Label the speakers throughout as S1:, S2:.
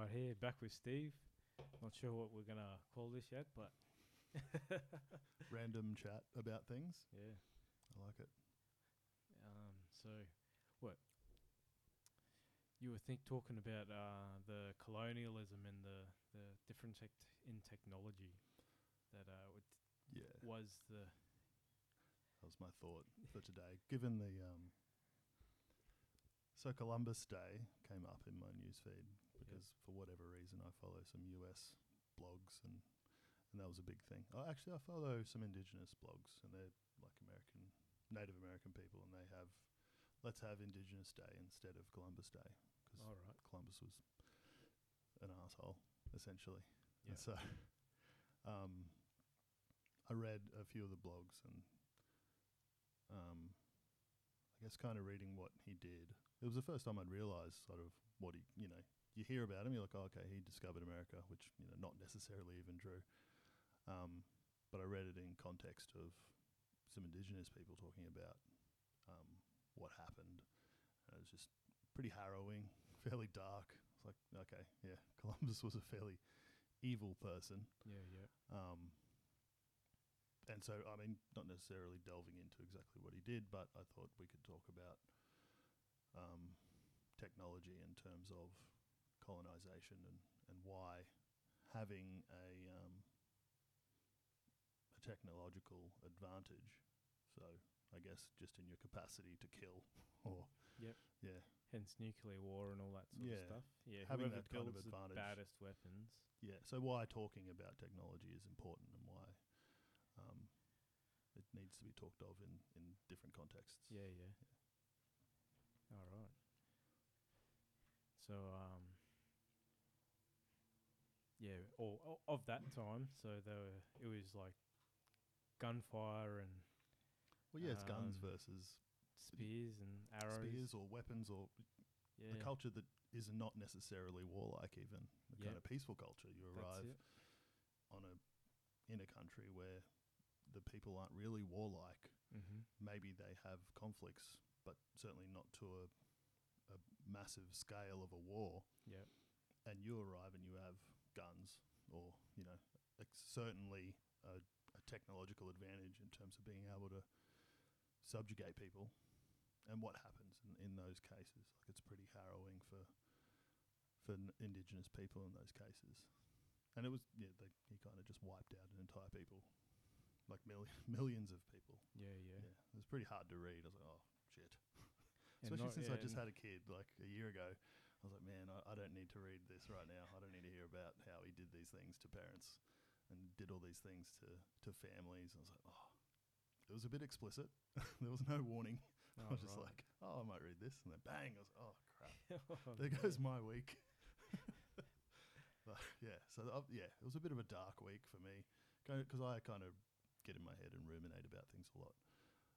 S1: out here, back with Steve. Not sure what we're gonna call this yet, but
S2: Random chat about things.
S1: yeah.
S2: I like it.
S1: Um, so, what you were think talking about uh, the colonialism and the the difference tec- in technology that uh, it
S2: Yeah,
S1: was the
S2: that was my thought for today. Given the um, so Columbus Day came up in my newsfeed because for whatever reason I follow some US blogs and and that was a big thing. Oh, actually, I follow some Indigenous blogs and they're like American Native American people and they have let's have Indigenous Day instead of Columbus Day because
S1: all right.
S2: Columbus was an asshole, essentially.
S1: Yeah.
S2: And so, um, I read a few of the blogs and, um, I guess kind of reading what he did. It was the first time I'd realized sort of what he, you know, you hear about him, you're like, oh, okay, he discovered America, which, you know, not necessarily even true. Um, but I read it in context of some indigenous people talking about, um, what happened. And it was just pretty harrowing, fairly dark. It's like, okay, yeah, Columbus was a fairly evil person.
S1: Yeah, yeah,
S2: Um, and so, I mean, not necessarily delving into exactly what he did, but I thought we could talk about um, technology in terms of colonization and, and why having a, um, a technological advantage. So, I guess just in your capacity to kill, or
S1: Yep.
S2: yeah,
S1: Hence nuclear war and all that sort
S2: Yeah.
S1: of stuff. Yeah,
S2: Having
S1: whoever
S2: that kind of
S1: builds
S2: advantage.
S1: the baddest weapons.
S2: yeah. So why talking about technology is important and why um, it needs to be talked of in, in different contexts.
S1: Yeah, yeah. All right. So, um, yeah, all, all of that time. So there were, it was like gunfire and
S2: Well, yeah, it's guns
S1: Um,
S2: versus
S1: spears and arrows.
S2: spears or weapons or
S1: yeah,
S2: the culture that is not necessarily warlike, even the
S1: Yeah.
S2: kind of peaceful culture. You
S1: that's
S2: arrive
S1: it.
S2: on a in a country where the people aren't really warlike.
S1: Mhm.
S2: Maybe they have conflicts, but certainly not to a, a massive scale of a war.
S1: Yep.
S2: and you arrive and you have guns or you know like certainly a, a technological advantage in terms of being able to subjugate people and what happens in, in those cases like it's pretty harrowing for for n- indigenous people in those cases and it was yeah they, he kind of just wiped out an entire people like mil- millions of people
S1: Yeah, yeah.
S2: yeah it was pretty hard to read i was like oh shit
S1: And
S2: Especially
S1: not-
S2: since I
S1: yeah,
S2: just
S1: and-
S2: had a kid like a year ago. I was like, man, I, I don't need to read this right now. I don't need to hear about how he did these things to parents and did all these things to, to families. I was like, oh, it was a bit explicit. there was no warning. I
S1: Oh,
S2: was just
S1: right.
S2: like, oh, I might read this. And then bang, I was oh, crap.
S1: Oh,
S2: There
S1: man.
S2: goes my week. but, yeah, so uh, yeah, it was a bit of a dark week for me because I kind of get in my head and ruminate about things a lot.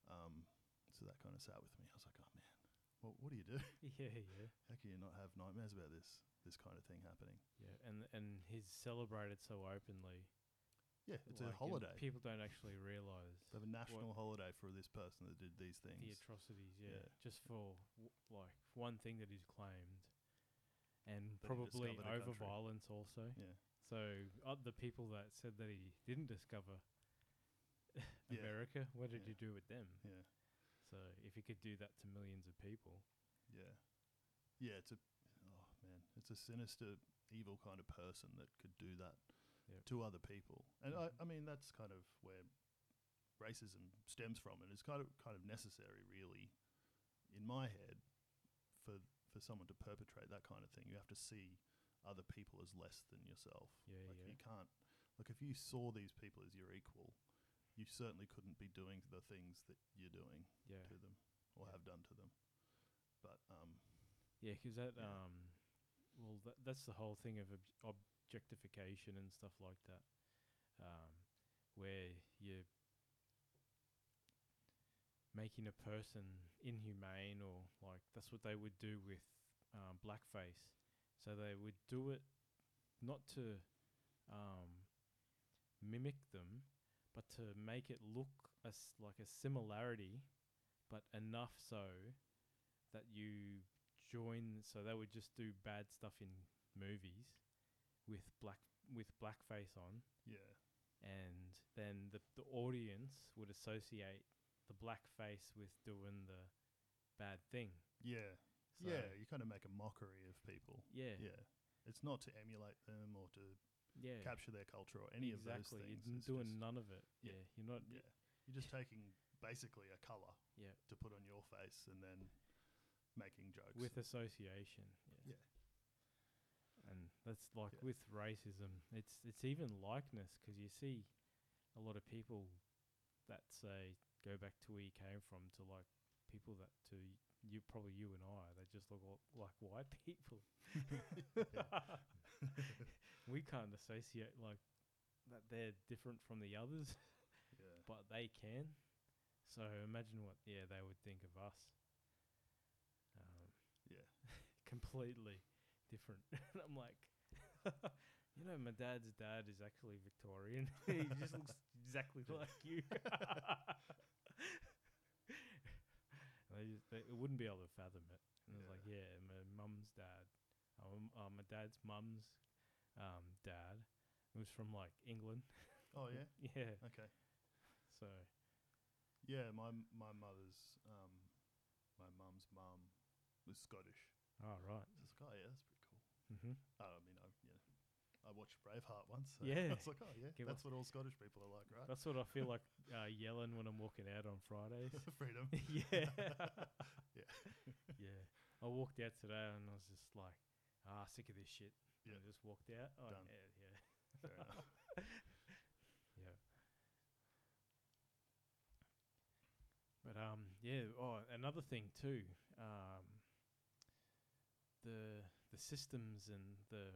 S2: Um, so that kind of sat with me. I was like, oh man, well, what do you do?
S1: Yeah, yeah.
S2: How can you not have nightmares about this this kind of thing happening?
S1: Yeah, and and he's celebrated so openly.
S2: Yeah, it's
S1: like,
S2: a
S1: and
S2: holiday.
S1: People don't actually realize
S2: they have a national holiday for this person that did these
S1: the
S2: things.
S1: atrocities. Yeah,
S2: Yeah.
S1: just for w- like one thing that he's claimed, and
S2: That he
S1: probably
S2: discovered a
S1: over
S2: country.
S1: violence also.
S2: yeah,
S1: So uh, the people that said that he didn't discover America, what did
S2: Yeah.
S1: you do with them?
S2: yeah,
S1: So if he could do that to millions of people,
S2: yeah, yeah. It's a oh man, it's a sinister, evil kind of person that could do that
S1: Yep.
S2: to other people. And
S1: Mhm.
S2: I, I mean, that's kind of where racism stems from, and it's kind of kind of necessary, really, in my head, for for someone to perpetrate that kind of thing. You have to see other people as less than yourself.
S1: Yeah,
S2: like
S1: yeah.
S2: you can't. Like if you saw these people as your equal, you certainly couldn't be doing the things that you're doing
S1: yeah,
S2: to them or
S1: Yeah.
S2: have done to them. But um,
S1: yeah, because that
S2: Yeah.
S1: um, well, that, that's the whole thing of ob- objectification and stuff like that, um, where you're making a person inhumane or like that's what they would do with um, blackface. So they would do it not to um, mimic them, but to make it look as like a similarity, but enough so that you join. So they would just do bad stuff in movies with black with blackface on,
S2: Yeah.
S1: and then the the audience would associate the blackface with doing the bad thing.
S2: Yeah.
S1: So,
S2: yeah. You kind of make a mockery of people.
S1: yeah,
S2: Yeah. It's not to emulate them or to
S1: yeah,
S2: capture their culture or any
S1: exactly.
S2: of those things.
S1: You're
S2: it's
S1: doing
S2: just-
S1: none of it.
S2: Yeah.
S1: Yeah, you're not.
S2: yeah. You're just taking basically a color
S1: Yeah.
S2: to put on your face and then making jokes.
S1: with association. Yeah. And that's like
S2: Yeah.
S1: with racism. It's it's even likeness because you see a lot of people that say go back to where you came from to like people that to y- you probably you and I they just look al- like white people. we can't associate like that they're different from the others,
S2: yeah.
S1: but they can. So imagine what yeah they would think of us. Um,
S2: Yeah.
S1: completely different. and I'm like, you know, my dad's dad is actually Victorian. he just looks exactly
S2: Yeah.
S1: like you. And they just, they wouldn't be able to fathom it. And I was like,
S2: Yeah.
S1: yeah, my mum's dad, um, uh, my dad's mum's um, dad was from like England.
S2: Oh yeah.
S1: yeah.
S2: Okay.
S1: So,
S2: Yeah. My m- my mother's um, my mum's mum was Scottish.
S1: all right.
S2: I was like, oh yeah, that's pretty cool.
S1: Mm-hmm.
S2: Oh, I mean, I yeah, I watched Braveheart once. So
S1: Yeah.
S2: I was like, oh yeah,
S1: Give
S2: that's what all Scottish people are like, right?
S1: That's what I feel like uh, yelling when I'm walking out on Fridays.
S2: Freedom.
S1: yeah. yeah. I walked out today and I was just like, ah, sick of this shit. And
S2: Yeah.
S1: I just walked out. Oh,
S2: Done.
S1: Yeah, yeah.
S2: Fair enough.
S1: Yeah. But um, yeah. Oh, another thing too. Um, the the systems and the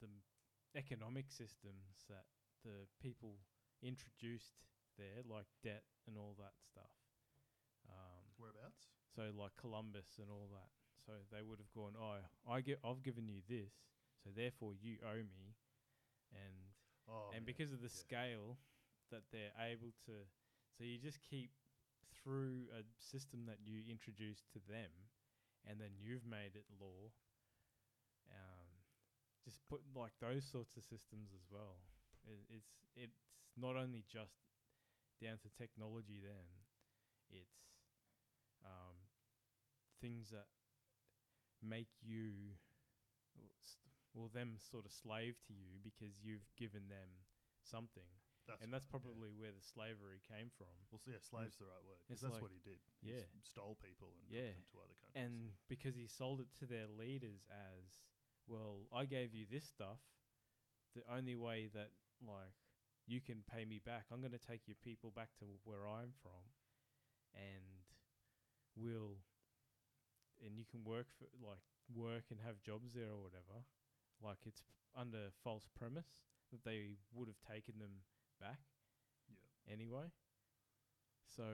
S1: the economic systems that the people introduced there, like debt and all that stuff. Um,
S2: Whereabouts?
S1: so like Columbus and all that. So they would have gone, oh, I get, I've given you this, so therefore you owe me, and
S2: Oh,
S1: and
S2: yeah.
S1: because of the
S2: yeah.
S1: scale that they're able to so you just keep through a system that you introduce to them and then you've made it law um, just put like those sorts of systems as well it, it's it's not only just down to technology then it's um, things that make you s- well them sort of slave to you because you've given them something
S2: that's
S1: and that's
S2: right, yeah.
S1: probably where the slavery came from
S2: Well, so yeah, slave's the right word.
S1: It's
S2: 'cause that's
S1: like-
S2: what he did. He
S1: yeah.
S2: s- stole people and
S1: Yeah.
S2: took them to other countries.
S1: and because he sold it to their leaders as well i gave you this stuff the only way that like you can pay me back i'm going to take your people back to where i'm from and we'll and you can work for like work and have jobs there or whatever like it's under false premise that they would have taken them back
S2: Yeah.
S1: anyway so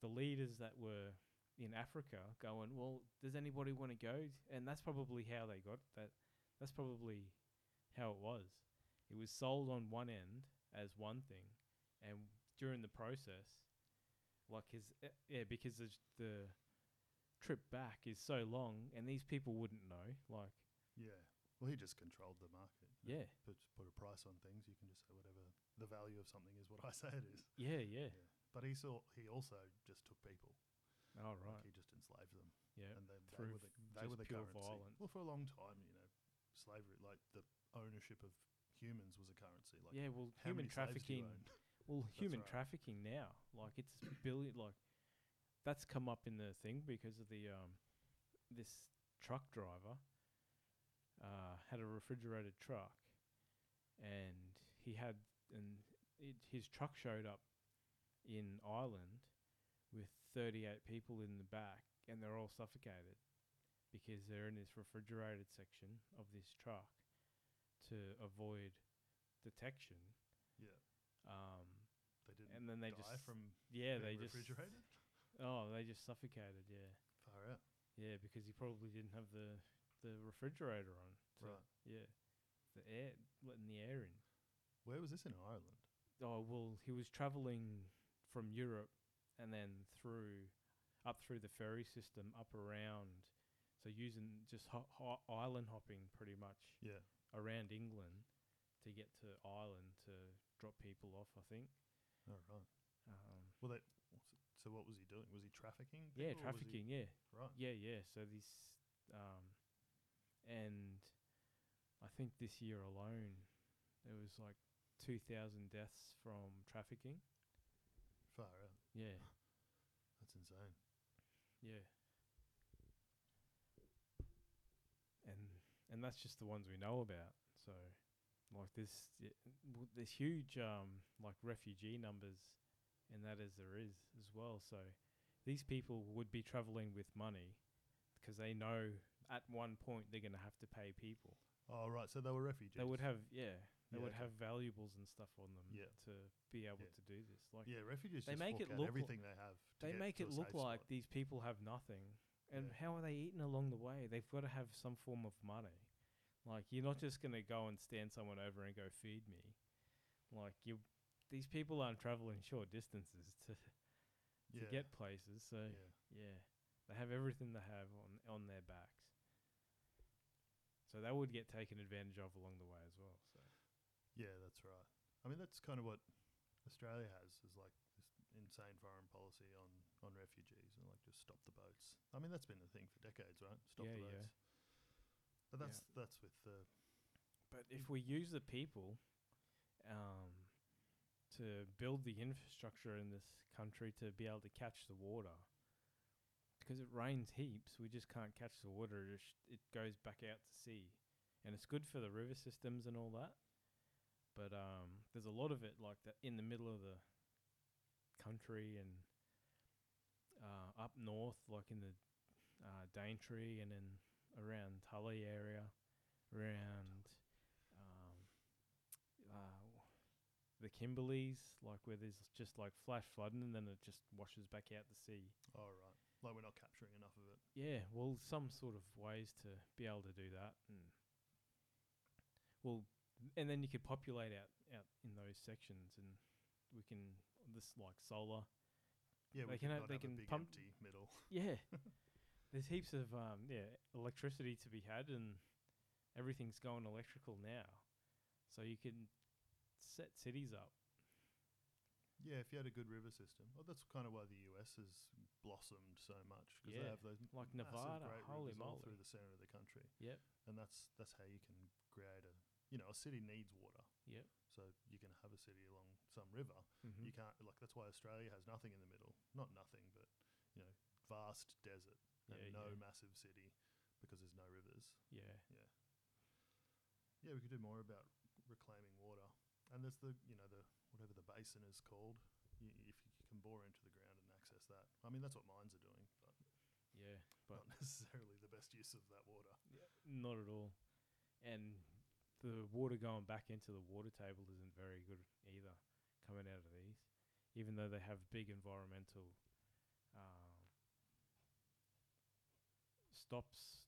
S1: the leaders that were in Africa going, well, does anybody want to go? And that's probably how they got that. That's probably how it was. It was sold on one end as one thing, and during the process, like his eh, yeah, because the, the trip back is so long, and these people wouldn't know. Like
S2: yeah. Well, he just controlled the market.
S1: yeah,
S2: Put, put a price on things. You can just say whatever the value of something is. What I say it is.
S1: yeah, yeah.
S2: But he saw. He also just took people.
S1: All
S2: Like,
S1: right,
S2: he just enslaved them.
S1: yeah,
S2: and they, they
S1: through
S2: were the,
S1: f-
S2: they
S1: just
S2: were the
S1: pure
S2: currency.
S1: violence.
S2: Well, for a long time, you know, slavery, like the ownership of humans was a currency. Like
S1: yeah. Well,
S2: how
S1: human
S2: many slaves
S1: trafficking.
S2: do you own?
S1: Well, human
S2: right.
S1: trafficking now, like it's billion, like that's come up in the thing because of the um, this truck driver uh, had a refrigerated truck, and he had and it, his truck showed up in Ireland with 38 people in the back, and they're all suffocated because they're in this refrigerated section of this truck to avoid detection.
S2: Yeah.
S1: Um,
S2: They didn't
S1: and then they
S2: die
S1: just
S2: from
S1: yeah
S2: being
S1: they just
S2: refrigerated.
S1: oh they just suffocated yeah
S2: Far out.
S1: yeah because he probably didn't have the the refrigerator on to-
S2: Right.
S1: yeah the air letting the air in
S2: Where was this in Ireland?
S1: oh well he was traveling from Europe and then through up through the ferry system up around so using just ho- ho- island hopping pretty much
S2: Yeah.
S1: around England to get to Ireland to drop people off. I think.
S2: All right.
S1: Um,
S2: Well, that. So what was he doing? Was he trafficking?
S1: yeah,
S2: people or was he-
S1: trafficking. Yeah,
S2: Right.
S1: yeah, yeah. So this, um, and I think this year alone, there was like two thousand deaths from trafficking.
S2: Far out.
S1: Yeah,
S2: That's insane.
S1: yeah. And and that's just the ones we know about. So, like this, there's huge um like refugee numbers, and that as there is as well. So, these people would be traveling with money, because they know at one point they're gonna have to pay people.
S2: Oh right. So they were refugees.
S1: They would have yeah. They
S2: Yeah,
S1: would
S2: okay.
S1: have valuables and stuff on them
S2: Yeah.
S1: to be able
S2: Yeah.
S1: to do this. Like
S2: Yeah, refugees.
S1: They
S2: just
S1: make
S2: fork
S1: it
S2: out
S1: look
S2: everything they have. to
S1: they
S2: get
S1: make
S2: to
S1: it
S2: a
S1: look
S2: safe
S1: like
S2: spot.
S1: these people have nothing. And
S2: Yeah.
S1: how are they eating along the way? They've got to have some form of money. Like you're not just gonna go and stand someone over and go feed me. Like you, these people aren't traveling short distances to, to
S2: yeah.
S1: get places. So
S2: yeah.
S1: yeah, they have everything they have on on their backs. So they would get taken advantage of along the way as well. So
S2: Yeah, that's right. I mean, that's kind of what Australia has is like this insane foreign policy on on refugees and like just stop the boats. I mean, that's been the thing for decades, right? Stop
S1: Yeah,
S2: the
S1: yeah.
S2: boats. But
S1: Yeah.
S2: that's that's with the
S1: But if we use the people um, to build the infrastructure in this country to be able to catch the water, because it rains heaps, we just can't catch the water. It, sh- it goes back out to sea, and it's good for the river systems and all that. But um, there's a lot of it like that in the middle of the country and uh, up north, like in the uh, Daintree and in around Tully area around um, uh, the Kimberleys, like where there's just like flash flooding and then it just washes back out to sea.
S2: oh right, like we're not capturing enough of it.
S1: Yeah, well, some sort of ways to be able to do that, and well, and then you could populate out out in those sections, and we can this like solar.
S2: Yeah,
S1: They
S2: we
S1: can
S2: could
S1: have-
S2: not
S1: they
S2: have
S1: can
S2: a big
S1: pump-
S2: empty middle.
S1: Yeah, there's heaps of um, yeah electricity to be had, and everything's going electrical now, so you can set cities up.
S2: Yeah, if you had a good river system, well, that's kind of why the US has blossomed so much because they
S1: Yeah,
S2: have those m-
S1: like
S2: massive
S1: Nevada,
S2: Ah, great
S1: holy
S2: rivers all
S1: moly.
S2: through the center of the country.
S1: Yep.
S2: and that's that's how you can create a you know a city needs water.
S1: Yep.
S2: So you can have a city along some river.
S1: Mm-hmm.
S2: You can't like that's why Australia has nothing in the middle. Not nothing, but you know, vast desert and
S1: Yeah,
S2: no
S1: yeah.
S2: massive city because there's no rivers.
S1: yeah.
S2: Yeah, we could do more about reclaiming water. And there's the you know the whatever the basin is called. You, if you can bore into the ground and access that, I mean that's what mines are doing, but
S1: Yeah, but
S2: not necessarily the best use of that water.
S1: not at all. And the water going back into the water table isn't very good either, coming out of these, even though they have big environmental um, stops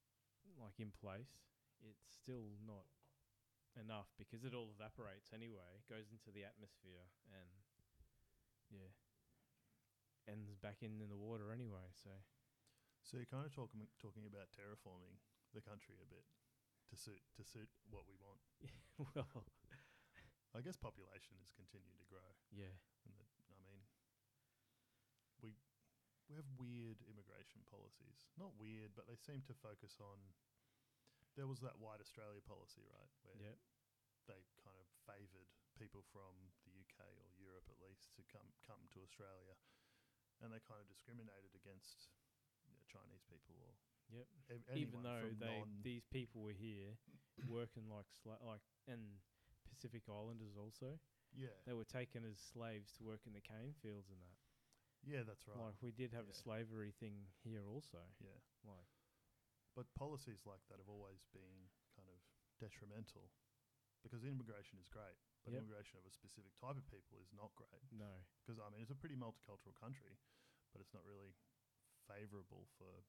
S1: like in place. It's still not enough because it all evaporates anyway, goes into the atmosphere, and yeah, ends back in, in the water anyway. So
S2: So you're kind of talking talking about terraforming the country a bit to suit to suit what we want.
S1: well,
S2: I guess population has continued to grow.
S1: yeah.
S2: And that, I mean, we we have weird immigration policies. Not weird, but they seem to focus on. There was that White Australia policy, right? Where
S1: Yep.
S2: they kind of favoured people from the UK or Europe, at least, to come come to Australia, and they kind of discriminated against you know, Chinese people or
S1: Yep.
S2: ev-
S1: even
S2: anyone
S1: though
S2: from
S1: they
S2: non-
S1: these people were here working like sla- like and Pacific Islanders also
S2: yeah
S1: they were taken as slaves to work in the cane fields and that
S2: yeah that's right
S1: like we did have a
S2: Yeah.
S1: slavery thing here also
S2: yeah.
S1: like
S2: But policies like that have always been kind of detrimental because immigration is great, but
S1: Yep.
S2: immigration of a specific type of people is not great.
S1: no
S2: Because, I mean, it's a pretty multicultural country, but it's not really favourable for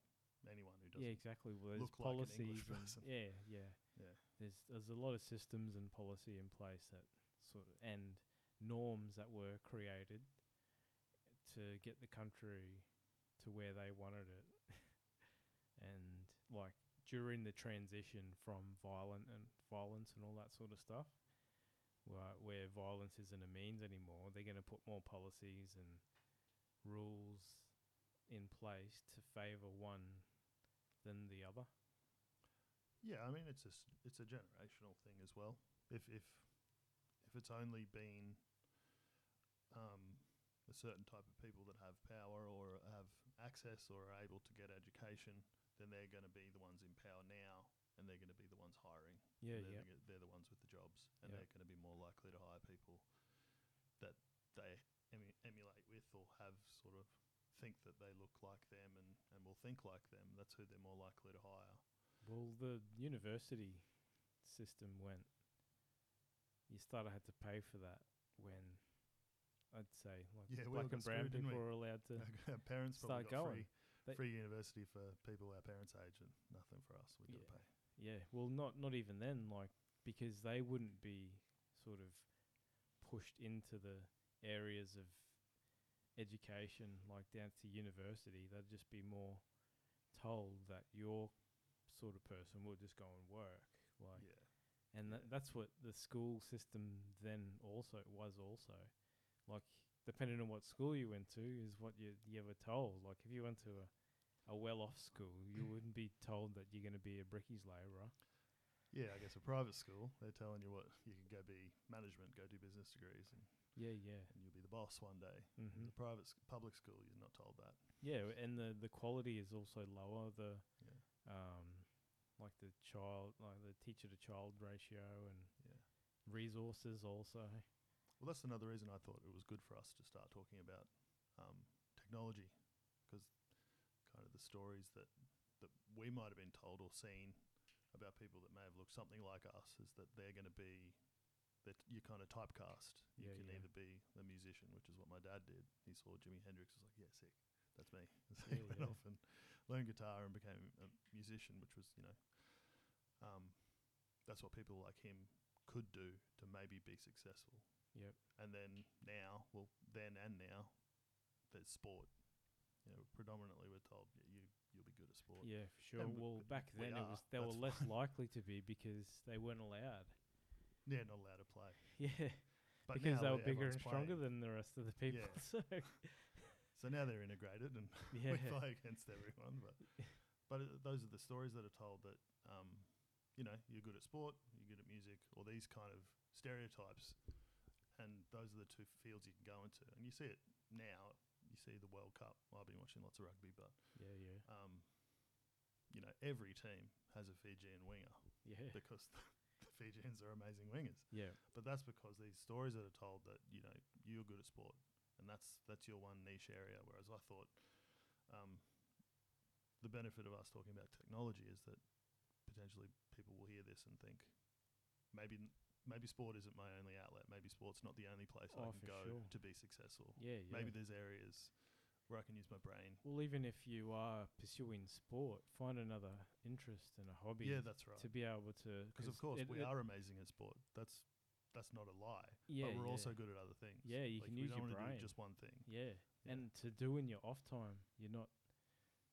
S2: anyone who doesn't.
S1: yeah exactly well there's
S2: look like an English
S1: policies and
S2: person.
S1: yeah yeah
S2: Yeah.
S1: there's there's a lot of systems and policy in place that sort of and norms that were created to get the country to where they wanted it and like during the transition from violent and violence violence and all that sort of stuff, where, where violence isn't a means anymore, they're going to put more policies and rules in place to favour one than the other.
S2: Yeah, I mean it's a s- it's a generational thing as well. If if if it's only been um, a certain type of people that have power or have access or are able to get education, then they're going to be the ones in power now, and they're going to be the ones hiring.
S1: Yeah, yeah,
S2: they're, the, they're the ones with the jobs, and
S1: Yeah.
S2: they're going to be more likely to hire people that they emu- emulate with or have sort of think that they look like them and, and will think like them. That's who they're more likely to hire.
S1: Well, the university system went. You started had to pay for that when I'd say like
S2: Yeah, we all
S1: black
S2: got
S1: and brown
S2: screwed, didn't
S1: people
S2: we?
S1: were allowed to.
S2: our parents
S1: start
S2: probably got
S1: going.
S2: free,
S1: They-
S2: free university for people our parents' age and nothing for us. We've got
S1: Yeah.
S2: to pay.
S1: Yeah, well, not not even then, like because they wouldn't be sort of pushed into the areas of education, like down to university. They'd just be more told that your sort of person will just go and work, like,
S2: yeah.
S1: and tha- that's what the school system then also was also, like depending on what school you went to is what you you were told. Like if you went to a a well-off school, you wouldn't be told that you're going to be a brickies labourer.
S2: Yeah, I guess a private school, they're telling you what you can go be management, go do business degrees, and,
S1: Yeah, yeah,
S2: and you'll be the boss one day.
S1: hmm
S2: The private sc- public school, you're not told that.
S1: yeah, and the the quality is also lower. The
S2: Yeah.
S1: um, like the child, like the teacher to child ratio and
S2: Yeah.
S1: resources also.
S2: Well, that's another reason I thought it was good for us to start talking about um, technology, because kind of the stories that that we might have been told or seen about people that may have looked something like us is that they're going to be that you're kind of typecast. You
S1: Yeah,
S2: can
S1: yeah.
S2: either be a musician, which is what my dad did. He saw Jimi Hendrix, was like, "Yeah, sick, that's me." So he
S1: Yeah,
S2: went
S1: yeah.
S2: off and learned guitar and became a musician, which was you know, um, that's what people like him could do to maybe be successful and then now, well, then and now, there's sport. You know, predominantly we're told y- you you'll be good at sport.
S1: Yeah, for sure.
S2: And w-
S1: well, back
S2: we
S1: then it
S2: are,
S1: was they
S2: that's
S1: were less likely to be because they weren't allowed.
S2: Yeah, not allowed to play.
S1: Yeah,
S2: But
S1: because they
S2: now
S1: were bigger
S2: everyone's
S1: and stronger than
S2: playing.
S1: the rest of the people.
S2: Yeah.
S1: So
S2: So now they're integrated and
S1: yeah,
S2: we play against everyone. But but uh, those are the stories that are told that um, you know you're good at sport, you're good at music, or these kind of stereotypes, and those are the two fields you can go into. And you see it now. You see the World Cup. I've been watching lots of rugby, but
S1: yeah, yeah,
S2: um, you know, every team has a Fijian winger
S1: yeah,
S2: because the Fijians are amazing wingers.
S1: yeah.
S2: But that's because these stories that are told that you know you're good at sport, and that's that's your one niche area. Whereas I thought, um, the benefit of us talking about technology is that potentially people will hear this and think maybe. n- Maybe sport isn't my only outlet. Maybe sport's not the only place
S1: Oh,
S2: I can
S1: for
S2: go
S1: sure.
S2: to be successful.
S1: Yeah, yeah.
S2: Maybe there's areas where I can use my brain.
S1: well, even if you are pursuing sport, find another interest and a hobby
S2: Yeah, that's right.
S1: to be able to.
S2: Because of course
S1: it- it-
S2: we are amazing at sport. That's that's not a lie.
S1: Yeah,
S2: but we're
S1: yeah.
S2: also good at other things.
S1: Yeah, you can
S2: we
S1: use
S2: don't
S1: your
S2: wanna do
S1: brain.
S2: just one thing.
S1: Yeah.
S2: Yeah.
S1: and to do in your off time, you're not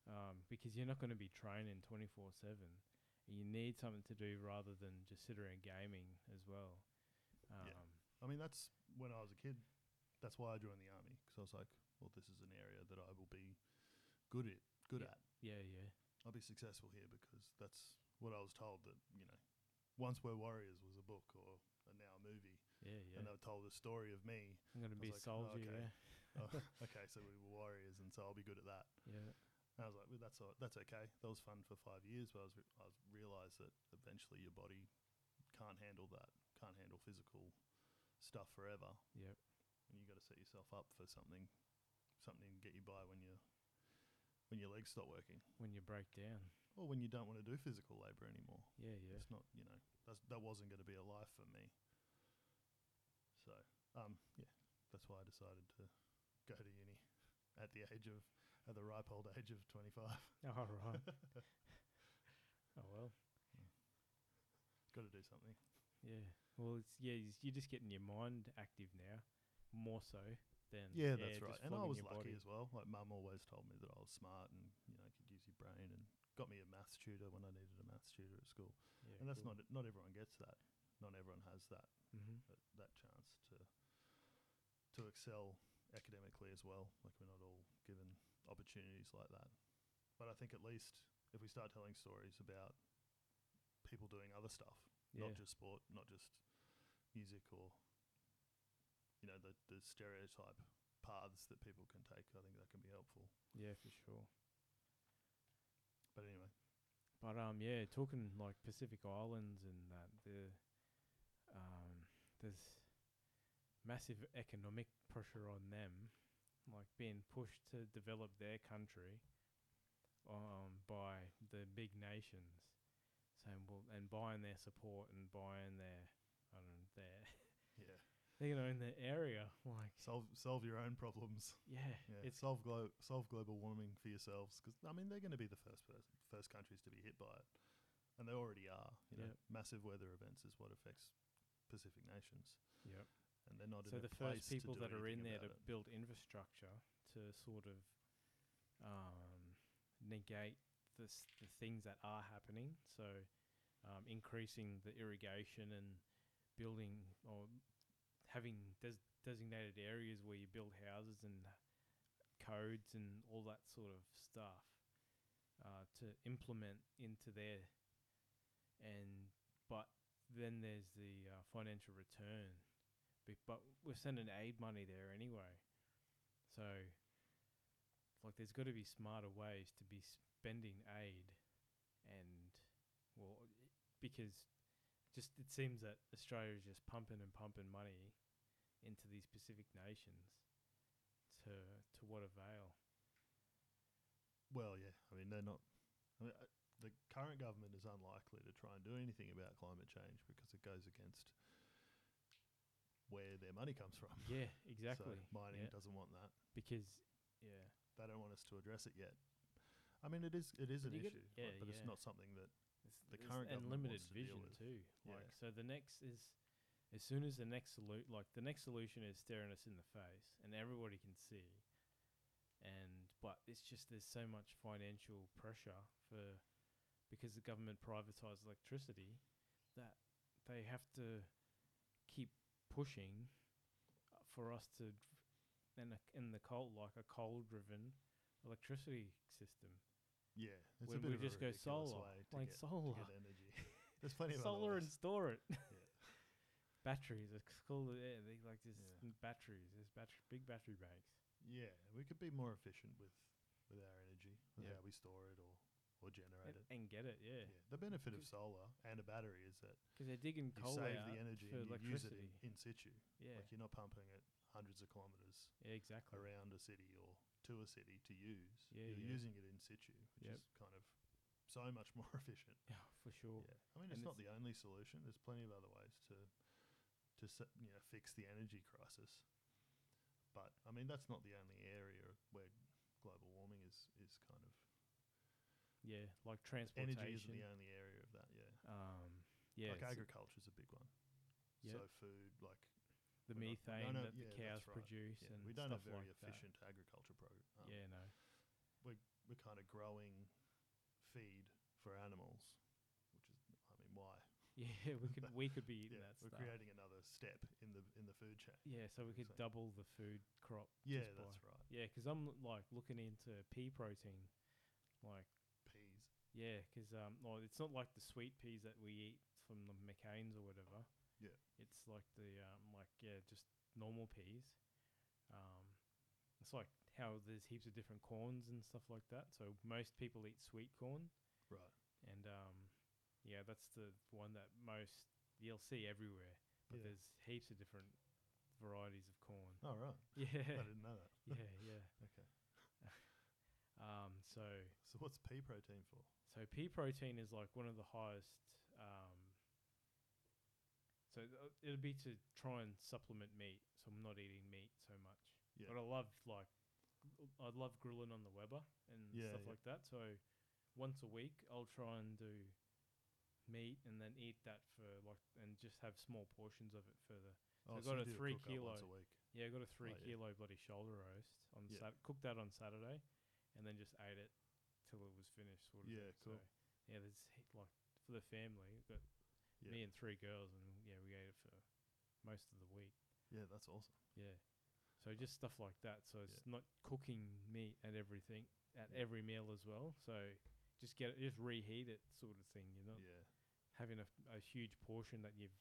S1: um, because you're not going to be training twenty four seven. You need something to do rather than just sit around gaming as well. Um,
S2: Yeah. I mean, that's when I was a kid. That's why I joined the army because I was like, well, this is an area that I will be good at. Good at.
S1: yeah, yeah,
S2: I'll be successful here because that's what I was told that you know. Once We're Warriors was a book or and now a movie,
S1: yeah, yeah.
S2: and they told a story of me.
S1: I'm going to
S2: was
S1: be a
S2: like, "Oh,
S1: soldier.
S2: okay." Oh, okay, so we were warriors, and so I'll be good at that.
S1: Yeah, yeah.
S2: And I was like, well, that's all, that's okay. That was fun for five years, but I was re- I was realized that eventually your body can't handle that, can't handle physical stuff forever,
S1: Yep.
S2: and you got to set yourself up for something, something to get you by when you when your legs stop working,
S1: When you break down.
S2: or when you don't want to do physical labor anymore.
S1: Yeah, yeah.
S2: It's not, you know, that's, that wasn't going to be a life for me. So, um, yeah, that's why I decided to go to uni at the age of at the ripe old age of twenty five.
S1: All right. oh well.
S2: got to do something.
S1: Yeah. Well, it's yeah. it's- You're just getting your mind active now, more so than
S2: Yeah, that's right.
S1: just
S2: And I
S1: flogging
S2: was
S1: your
S2: lucky
S1: body.
S2: as well. Like mum always told me that I was smart and you know could use your brain and got me a maths tutor when I needed a maths tutor at school.
S1: Yeah,
S2: and that's
S1: cool.
S2: not not everyone gets that. has that
S1: Mm-hmm.
S2: that, that chance to to excel academically as well. Like we're not all given opportunities like that. But I think at least if we start telling stories about people doing other stuff,
S1: Yeah.
S2: not just sport, not just music or you know the the stereotype paths that people can take, I think that can be helpful.
S1: yeah, for sure.
S2: But anyway,
S1: But um, yeah, talking like Pacific Islands and that the um, there's massive economic pressure on them, like being pushed to develop their country, um, by the big nations, saying well, and buying their support and buying their, I don't know, their
S2: yeah,
S1: you know in the area like
S2: solve solve your own problems.
S1: yeah,
S2: Yeah,
S1: it's
S2: solve glo- solve global warming for yourselves because I mean they're going to be the first pers- first countries to be hit by it, and they already are. You know,
S1: Yep.
S2: massive weather events is what affects Pacific nations,
S1: yep.
S2: and they're not.
S1: so
S2: in
S1: the
S2: a
S1: first
S2: place to
S1: people
S2: do
S1: that are in
S2: anything
S1: there to
S2: about it.
S1: build infrastructure to sort of um, negate the s the things that are happening. So um, increasing the irrigation and building or having des- designated areas where you build houses and codes and all that sort of stuff uh, to implement into there. And but then there's the uh, financial return be- but we're sending aid money there anyway. So, like, there's got to be smarter ways to be spending aid, and well, i- because just it seems that Australia is just pumping and pumping money into these Pacific nations. To to what avail?
S2: Well, yeah, I mean they're not. I mean, uh, the current government is unlikely to try and do anything about climate change because it goes against where their money comes from.
S1: Yeah, exactly.
S2: So mining
S1: yeah,
S2: doesn't want that.
S1: because yeah,
S2: They don't want us to address it yet. I mean, it is it is
S1: But you
S2: an
S1: get-
S2: issue,
S1: yeah,
S2: like, but it's
S1: yeah.
S2: not something that
S1: It's,
S2: the
S1: it's
S2: current
S1: and
S2: government
S1: limited
S2: wants to deal
S1: vision
S2: with.
S1: too.
S2: Yeah.
S1: Like so, the next is as soon as the next solu- like the next solution is staring us in the face, and everybody can see. And but it's just there's so much financial pressure for because the government privatized electricity that they have to keep pushing uh, for us to and in the coal like a coal driven electricity system
S2: Yeah, it's
S1: when
S2: a bit
S1: we
S2: of
S1: just
S2: a
S1: go
S2: ridiculous
S1: solar,
S2: way to
S1: like
S2: get,
S1: solar,
S2: to get energy. There's plenty of other
S1: solar and
S2: ways.
S1: store it.
S2: Yeah.
S1: batteries, it's called yeah, they like this
S2: Yeah.
S1: n- batteries. There's battery, big battery banks.
S2: yeah, we could be more efficient with with our energy, with
S1: Yeah.
S2: how we store it or or
S1: And,
S2: generate it.
S1: and get it, yeah,
S2: Yeah. the benefit of
S1: Good.
S2: solar and a battery is that
S1: because they're digging
S2: you
S1: coal
S2: save
S1: out
S2: the energy
S1: for
S2: and you use it
S1: electricity.
S2: in, in situ.
S1: yeah.
S2: Like you're not pumping it hundreds of kilometers
S1: yeah, exactly.
S2: around a city or to a city to use.
S1: Yeah,
S2: you're
S1: yeah.
S2: using it in situ, which
S1: Yep.
S2: is kind of so much more efficient.
S1: Yeah, for sure.
S2: Yeah, I mean
S1: And
S2: it's not the only solution. There's plenty of other ways to to s- you know fix the energy crisis. But I mean that's not the only area where global warming is is kind of
S1: Yeah, like
S2: energy isn't
S1: transportation.
S2: the only area of that. Yeah,
S1: Um, yeah,
S2: like
S1: so
S2: agriculture is a big one.
S1: Yep.
S2: So food, like
S1: the
S2: we're not- we don't
S1: methane
S2: have-
S1: that
S2: yeah, that's
S1: the cows
S2: right.
S1: produce
S2: yeah,
S1: and
S2: we don't have
S1: stuff
S2: very
S1: like
S2: efficient um, agriculture program.
S1: That. Yeah, no.
S2: we're kind of growing feed for animals, which is I mean why?
S1: Yeah, we could we could be eating
S2: Yeah,
S1: that
S2: we're
S1: stuff.
S2: creating another step in the in the food chain.
S1: Yeah, so we could
S2: So-
S1: double the food crop.
S2: Yeah,
S1: just by-
S2: that's right.
S1: Yeah, 'cause I'm like looking into pea protein, like
S2: Peas.
S1: yeah, 'cause um, well, it's not like the sweet peas that we eat from the McCain's or whatever.
S2: Yeah.
S1: it's like the um, like yeah, just normal peas. Um, it's like how there's heaps of different corns and stuff like that. So most people eat sweet corn,
S2: Right.
S1: and um, yeah, that's the one that most you'll see everywhere. But
S2: Yeah.
S1: there's heaps of different varieties of corn.
S2: Oh, right.
S1: Yeah,
S2: I didn't know that.
S1: yeah, yeah.
S2: Okay.
S1: Um, so
S2: So what's pea protein for?
S1: So pea protein is like one of the highest. Um, so th- it'd be to try and supplement meat. So I'm not eating meat so much.
S2: Yeah.
S1: But I love like gr- I love grilling on the Weber and
S2: Yeah,
S1: stuff
S2: yeah.
S1: like that. So once a week I'll try and do meat and then eat that for like and just have small portions of it for the I
S2: Oh,
S1: got
S2: you
S1: a
S2: do
S1: three
S2: cook-up once
S1: kilo.
S2: a week.
S1: yeah I got a three
S2: yeah.
S1: kilo bloody shoulder roast on
S2: Yeah.
S1: Sat- cooked that on Saturday and then just ate it till it was finished sort of
S2: Yeah,
S1: thing.
S2: cool.
S1: so yeah there's he- like for the family we've got
S2: Yeah.
S1: me and three girls and yeah we ate it for most of the week.
S2: Yeah, that's awesome.
S1: Yeah. So just stuff like that. So
S2: Yeah.
S1: it's not cooking meat and everything at
S2: Yeah.
S1: every meal as well. So just get it, just reheat it, sort of thing. You're not
S2: Yeah,
S1: having a, f- a huge portion that you've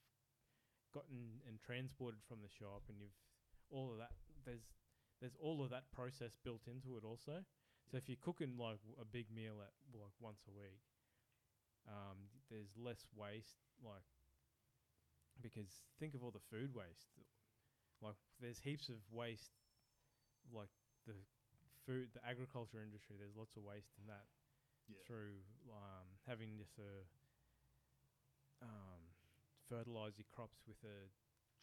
S1: gotten and transported from the shop, and you've all of that. There's there's all of that process built into it also. So
S2: Yeah.
S1: if you're cooking like w- a big meal at like once a week, um, there's less waste. Like because think of all the food waste. Like there's heaps of waste. Like the food, the agriculture industry. There's lots of waste in that
S2: yeah,
S1: through um, having just a um, fertilize your crops with a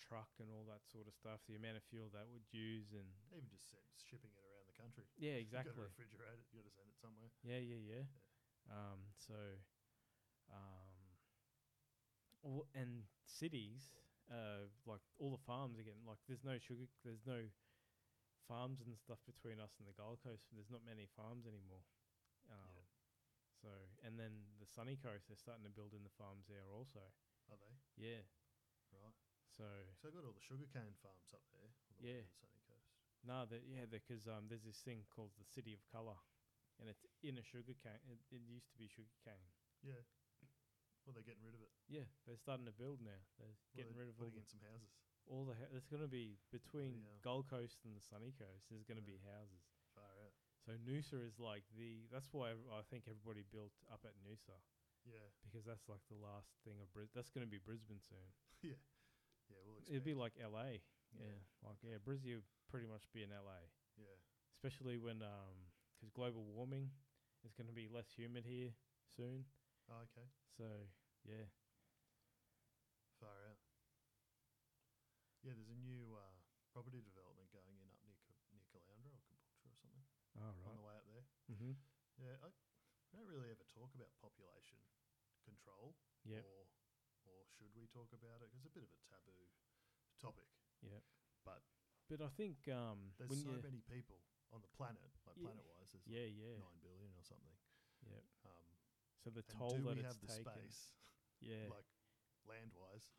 S1: truck and all that sort of stuff. The amount of fuel that would use and
S2: even just send, shipping it around the country.
S1: yeah,
S2: You got
S1: exactly.
S2: to refrigerate it. You got to send it somewhere.
S1: Yeah, yeah, yeah. Um, so, um, all, and cities, uh, like all the farms again. Like there's no sugar, there's no farms and stuff between us and the Gold Coast. There's not many farms anymore. Um, So, and then the sunny coast, they're starting to build in the farms there also.
S2: Are they
S1: Yeah.
S2: right?
S1: So,
S2: So I got all the sugarcane farms up there. On the way
S1: Yeah.
S2: to the sunny coast.
S1: no, that yeah, because um, there's this thing called the City of Color, and it's in a sugar cane. It, it used to be sugar cane.
S2: Yeah. Well, they're getting rid of it.
S1: Yeah, they're starting to build now. They're
S2: Well,
S1: getting
S2: they're
S1: rid of all
S2: putting
S1: the
S2: in some houses.
S1: all the hou- there's going to be between
S2: hell.
S1: Gold Coast and the Sunny Coast. There's going to
S2: Yeah.
S1: be houses.
S2: Far out.
S1: So Noosa is like the that's why ev- I think everybody built up at Noosa
S2: Yeah.
S1: because that's like the last thing of Bris. That's going to be Brisbane soon.
S2: Yeah. We'll
S1: It'd be like
S2: expand.
S1: LA. Yeah,
S2: Yeah.
S1: like yeah, Brisbane would pretty much be in LA,
S2: Yeah.
S1: especially when um 'cause global warming is going to be less humid here soon.
S2: Oh, okay.
S1: So yeah,
S2: Far out. Yeah, there's a new uh, property development going in up near Ca- near Caloundra or Caboolture or something
S1: all
S2: on
S1: right.
S2: the way up there.
S1: Mm-hmm.
S2: Yeah, I don't really ever talk about population control,
S1: Yep.
S2: or or should we talk about it? 'Cause it's a bit of a taboo topic.
S1: But I think um
S2: There's
S1: when
S2: so
S1: you
S2: many people on the planet, like
S1: Yeah.
S2: planet-wise, there's
S1: yeah
S2: like
S1: yeah
S2: nine billion or something.
S1: Yep.
S2: Um,
S1: so the
S2: and
S1: toll
S2: do
S1: that
S2: we
S1: it's
S2: have the
S1: taken
S2: space,
S1: yeah
S2: like land-wise,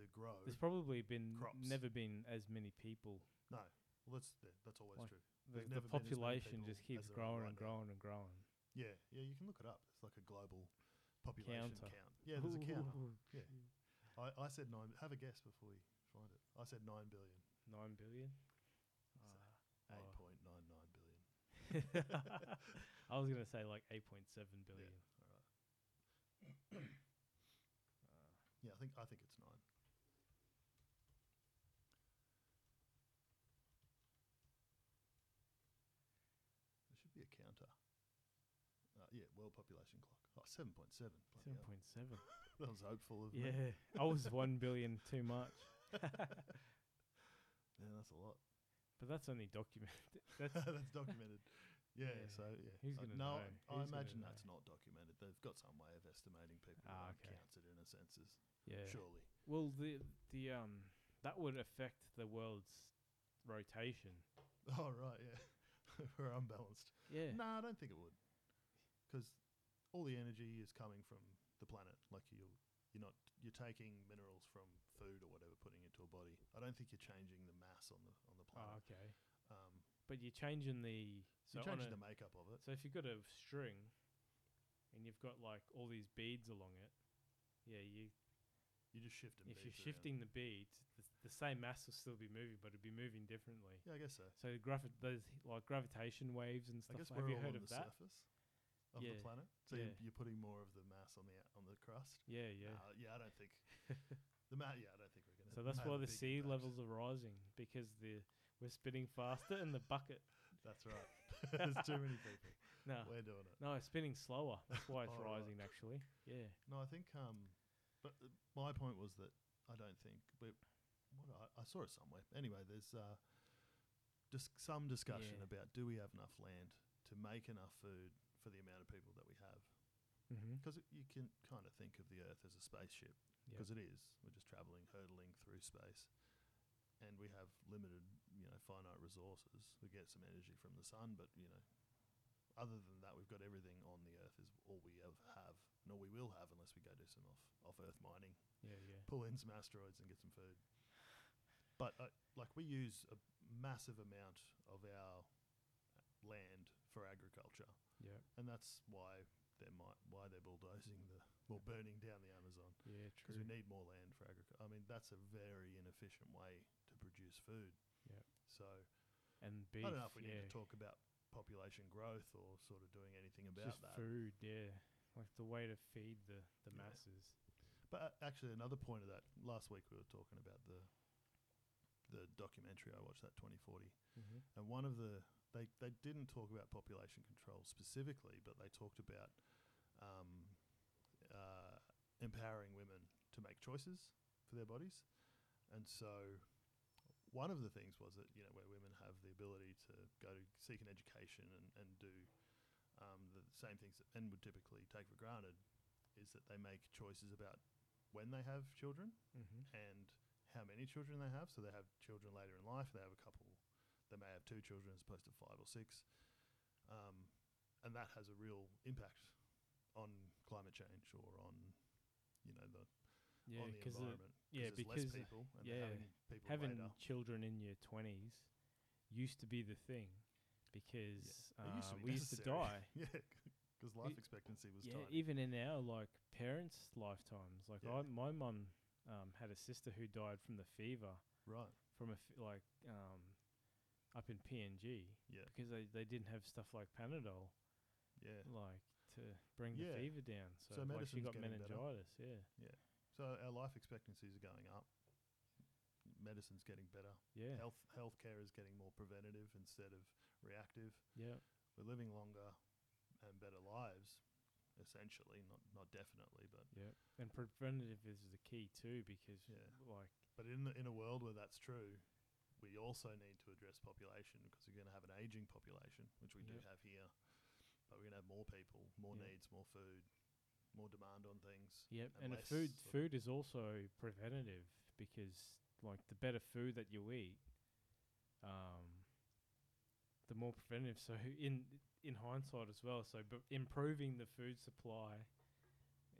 S2: to grow?
S1: there's probably been
S2: crops.
S1: never been as many people.
S2: no, well, that's yeah, that's always
S1: Like-
S2: true.
S1: The,
S2: There's
S1: the
S2: never been as many
S1: population
S2: people
S1: just
S2: as
S1: keeps
S2: there are
S1: growing
S2: right
S1: and
S2: now.
S1: growing and growing.
S2: Yeah, yeah, you can look it up. It's like a global population
S1: Counter.
S2: count. Yeah, there's a counter.
S1: Ooh,
S2: Yeah. I, I said nine. Have a guess before you find it. I said nine billion.
S1: Nine billion. Ah,
S2: Eight
S1: oh.
S2: point nine nine billion.
S1: I was gonna say like eight point seven billion.
S2: All
S1: Ah.
S2: right. Yeah, I think I think it's nine. There should be a counter. Uh, yeah, world population clock. Oh, 7.7. bloody
S1: Seven
S2: hell.
S1: point seven.
S2: That was hopeful of me.
S1: Yeah, I was one billion too much,
S2: Yeah, that's a lot.
S1: but that's only documented. That's
S2: that's documented. Yeah,
S1: Yeah.
S2: so yeah.
S1: Who's
S2: Uh,
S1: gonna
S2: no,
S1: know?
S2: I, I
S1: Who's gonna
S2: imagine
S1: know?
S2: that's not documented. They've got some way of estimating people
S1: Ah,
S2: and
S1: okay.
S2: counts it in a census.
S1: yeah.
S2: Surely.
S1: Well, the the um that would affect the world's rotation.
S2: Oh right, yeah. We're unbalanced.
S1: Yeah.
S2: No, I don't think it would. Because all the energy is coming from the planet. Like you you're not you're taking minerals from food or whatever, putting it to a body. I don't think you're changing the mass on the on the
S1: Oh,
S2: planet.
S1: okay.
S2: um
S1: But you're changing the
S2: so
S1: so
S2: you're
S1: on
S2: changing
S1: a-
S2: the makeup of it.
S1: So if you've got a string and you've got like all these beads along it, yeah, you
S2: You're just shifting
S1: if you're
S2: beads around.
S1: shifting the beads, the, the same mass will still be moving, but it'll be moving differently.
S2: Yeah, I guess so.
S1: So gravi- those like gravitation waves and
S2: I
S1: stuff.
S2: guess
S1: Have
S2: we're
S1: you
S2: all
S1: heard
S2: on
S1: of
S2: the
S1: that?
S2: surface of
S1: Yeah.
S2: the planet, so
S1: Yeah.
S2: you're, you're putting more of the mass on the out- on the crust.
S1: Yeah, yeah.
S2: Nah, yeah. I don't think the ma- Yeah, I don't think we're gonna.
S1: so that's
S2: have
S1: why
S2: a
S1: the
S2: big
S1: sea
S2: impact.
S1: levels are rising because the we're spinning faster in the bucket.
S2: That's right. There's too many people.
S1: No,
S2: We're doing it.
S1: no, it's spinning slower. That's why it's
S2: Oh, right.
S1: rising actually. Yeah.
S2: No, I think. Um, but uh, my point was that I don't think. But what I, I saw it somewhere. Anyway, there's uh, just some discussion
S1: Yeah.
S2: about do we have enough land to make enough food for the amount of people that we have?
S1: Mm-hmm.
S2: Because you can kind of think of the Earth as a spaceship,
S1: Yep.
S2: because it is. We're just traveling, hurtling through space, and we have limited, you know, finite resources. We get some energy from the sun, but you know, other than that, we've got everything on the Earth is all we ever have, and all we will have unless we go do some off off Earth mining,
S1: Yeah, yeah.
S2: pull in some asteroids, and get some food. But uh, like we use a massive amount of our land for agriculture,
S1: Yeah.
S2: and that's why they're mi- why they're bulldozing the or burning down the Amazon
S1: Yeah.
S2: because
S1: True.
S2: we need more land for agriculture. I mean, that's a very inefficient way to produce food.
S1: Yep.
S2: So
S1: and beef.
S2: I don't know if we
S1: yeah.
S2: need to talk about population growth or sort of doing anything about
S1: Just
S2: that.
S1: food. Yeah. Like the way to feed the the
S2: Yeah.
S1: masses.
S2: But uh, actually, another point of that. Last week we were talking about the the documentary I watched, that 2040,
S1: Mm-hmm.
S2: and one of the they they didn't talk about population control specifically, but they talked about um, uh, empowering women to make choices for their bodies, and so. One of the things was that you know where women have the ability to go to seek an education and, and do um, the same things that men would typically take for granted is that they make choices about when they have children
S1: Mm-hmm.
S2: and how many children they have. So they have children later in life. They have a couple. They may have two children as opposed to five or six, um, and that has a real impact on climate change or on you know the
S1: Yeah.
S2: on the
S1: Because
S2: environment.
S1: yeah,
S2: there's
S1: because,
S2: less people and
S1: yeah,
S2: having people
S1: having
S2: later.
S1: children in your twenties used to be the thing because
S2: It used to
S1: uh,
S2: be
S1: we used to
S2: necessary.
S1: die.
S2: yeah, because life
S1: E-
S2: expectancy was
S1: yeah,
S2: tiny.
S1: even in our like parents' lifetimes, like
S2: Yeah.
S1: I, my mum um, had a sister who died from the fever
S2: right.
S1: from a f- like um, up in PNG
S2: Yeah.
S1: because they, they didn't have stuff like Panadol
S2: Yeah.
S1: like to bring
S2: Yeah.
S1: the fever down. So,
S2: So
S1: like she
S2: medicine's
S1: got
S2: getting better.
S1: meningitis.
S2: So our life expectancies are going up. Medicine's getting better.
S1: Yeah, yeah,
S2: Health healthcare is getting more preventative instead of reactive.
S1: yeah.
S2: We're living longer and better lives, essentially. Not not definitely, but
S1: Yeah, and preventative is the key too because
S2: Yeah.
S1: like
S2: but in the, in a world where that's true, we also need to address population because we're going to have an aging population, which we
S1: Yep.
S2: do have here. But we're going to have more people, more
S1: Yeah.
S2: needs, more food, more demand on things.
S1: yep, and,
S2: and less
S1: the food
S2: sort of-
S1: food is also preventative because like the better food that you eat, um, the more preventative. So in in hindsight as well, so but improving the food supply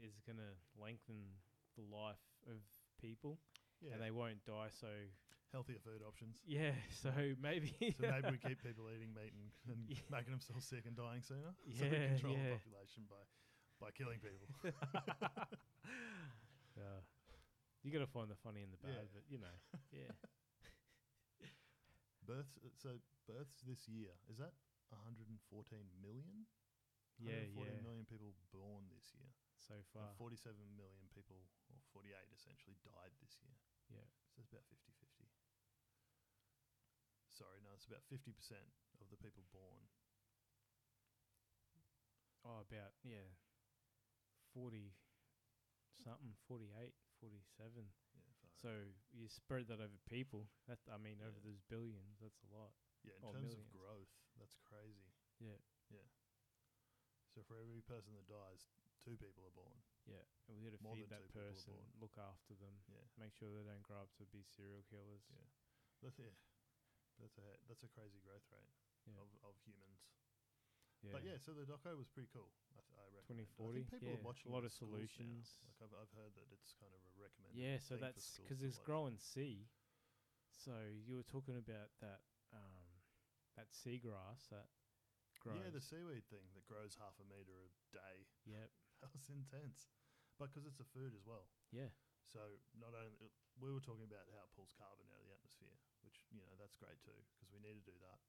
S1: is gonna lengthen the life of people,
S2: Yeah,
S1: and they won't die. So
S2: healthier food options.
S1: yeah, so maybe
S2: So maybe we keep people eating meat and, and
S1: Yeah.
S2: making themselves sick and dying sooner. so we
S1: Yeah,
S2: control
S1: yeah.
S2: the population by by killing people.
S1: yeah. You gotta find the funny in the bad,
S2: Yeah.
S1: but you know, yeah.
S2: births. uh, So births this year is that 114 million?
S1: Yeah,
S2: 114
S1: yeah.
S2: million people born this year,
S1: So far,
S2: and 47 million people, or 48 essentially, died this year.
S1: Yeah.
S2: So it's about 50-50. Sorry, no, it's about 50% of the people born.
S1: oh, about yeah, forty something, 48, 47.
S2: Yeah, far
S1: So you spread that over people. That I mean, over
S2: Yeah.
S1: those billions, that's a lot.
S2: Yeah, in
S1: Or
S2: terms
S1: oh, millions.
S2: of growth, that's crazy.
S1: Yeah.
S2: Yeah. So for every person that dies, two people are born.
S1: Yeah, and we gotta
S2: More
S1: feed
S2: than
S1: that
S2: two people are
S1: person,
S2: born.
S1: look after them,
S2: Yeah.
S1: make sure they don't grow up to be serial killers.
S2: Yeah. That's yeah. That's a that's a crazy growth rate
S1: Yeah.
S2: of, of humans. But yeah, so the doco was pretty cool. I, th- I recommend. I
S1: 2040,
S2: think people
S1: yeah,
S2: are
S1: a
S2: watching
S1: lot
S2: it
S1: of
S2: at schools now.
S1: solutions.
S2: Like I've, I've heard that it's kind of a recommended.
S1: Yeah, so
S2: thing for
S1: that's
S2: schools
S1: because
S2: to
S1: it's
S2: watch.
S1: growing sea. So you were talking about that um, that seagrass that grows.
S2: Yeah, the seaweed thing that grows half a meter a day.
S1: yep.
S2: That was intense, but because it's a food as well.
S1: Yeah.
S2: So not only we were talking about how it pulls carbon out of the atmosphere, which you know that's great too because we need to do that.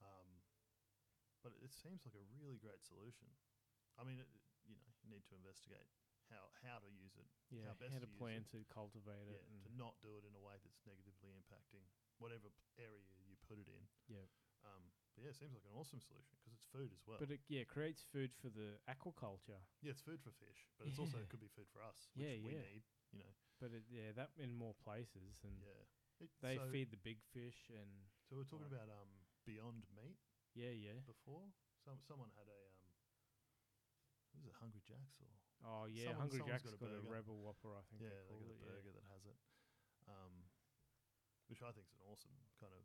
S2: Um, but it seems like a really great solution. I mean, it, you know, you need to investigate how how to use it,
S1: Yeah.
S2: how
S1: How,
S2: best to
S1: to
S2: use it.
S1: plan to cultivate
S2: yeah,
S1: it.
S2: to
S1: and-
S2: not do it in a way that's negatively impacting whatever p- area you put it in.
S1: Yeah.
S2: Um, but yeah, it seems like an awesome solution because it's food as well.
S1: But it yeah creates food for the aquaculture.
S2: yeah, it's food for fish, but it's also
S1: Yeah.
S2: it could be food for us, which
S1: Yeah,
S2: we
S1: yeah.
S2: need. You know,
S1: But it, yeah, that in more places and
S2: yeah. It-
S1: they
S2: so-
S1: feed the big fish and
S2: So we were talking
S1: Like-
S2: about um Beyond Meat
S1: yeah yeah
S2: before. Some someone had a um, was it Hungry Jacks or
S1: oh yeah
S2: Someone-
S1: Hungry
S2: someone's
S1: Jack's
S2: got a
S1: got a,
S2: burger.
S1: rebel whopper I think
S2: yeah,
S1: they
S2: they
S1: call
S2: got
S1: it
S2: a burger that has it, um, which I think is an awesome kind of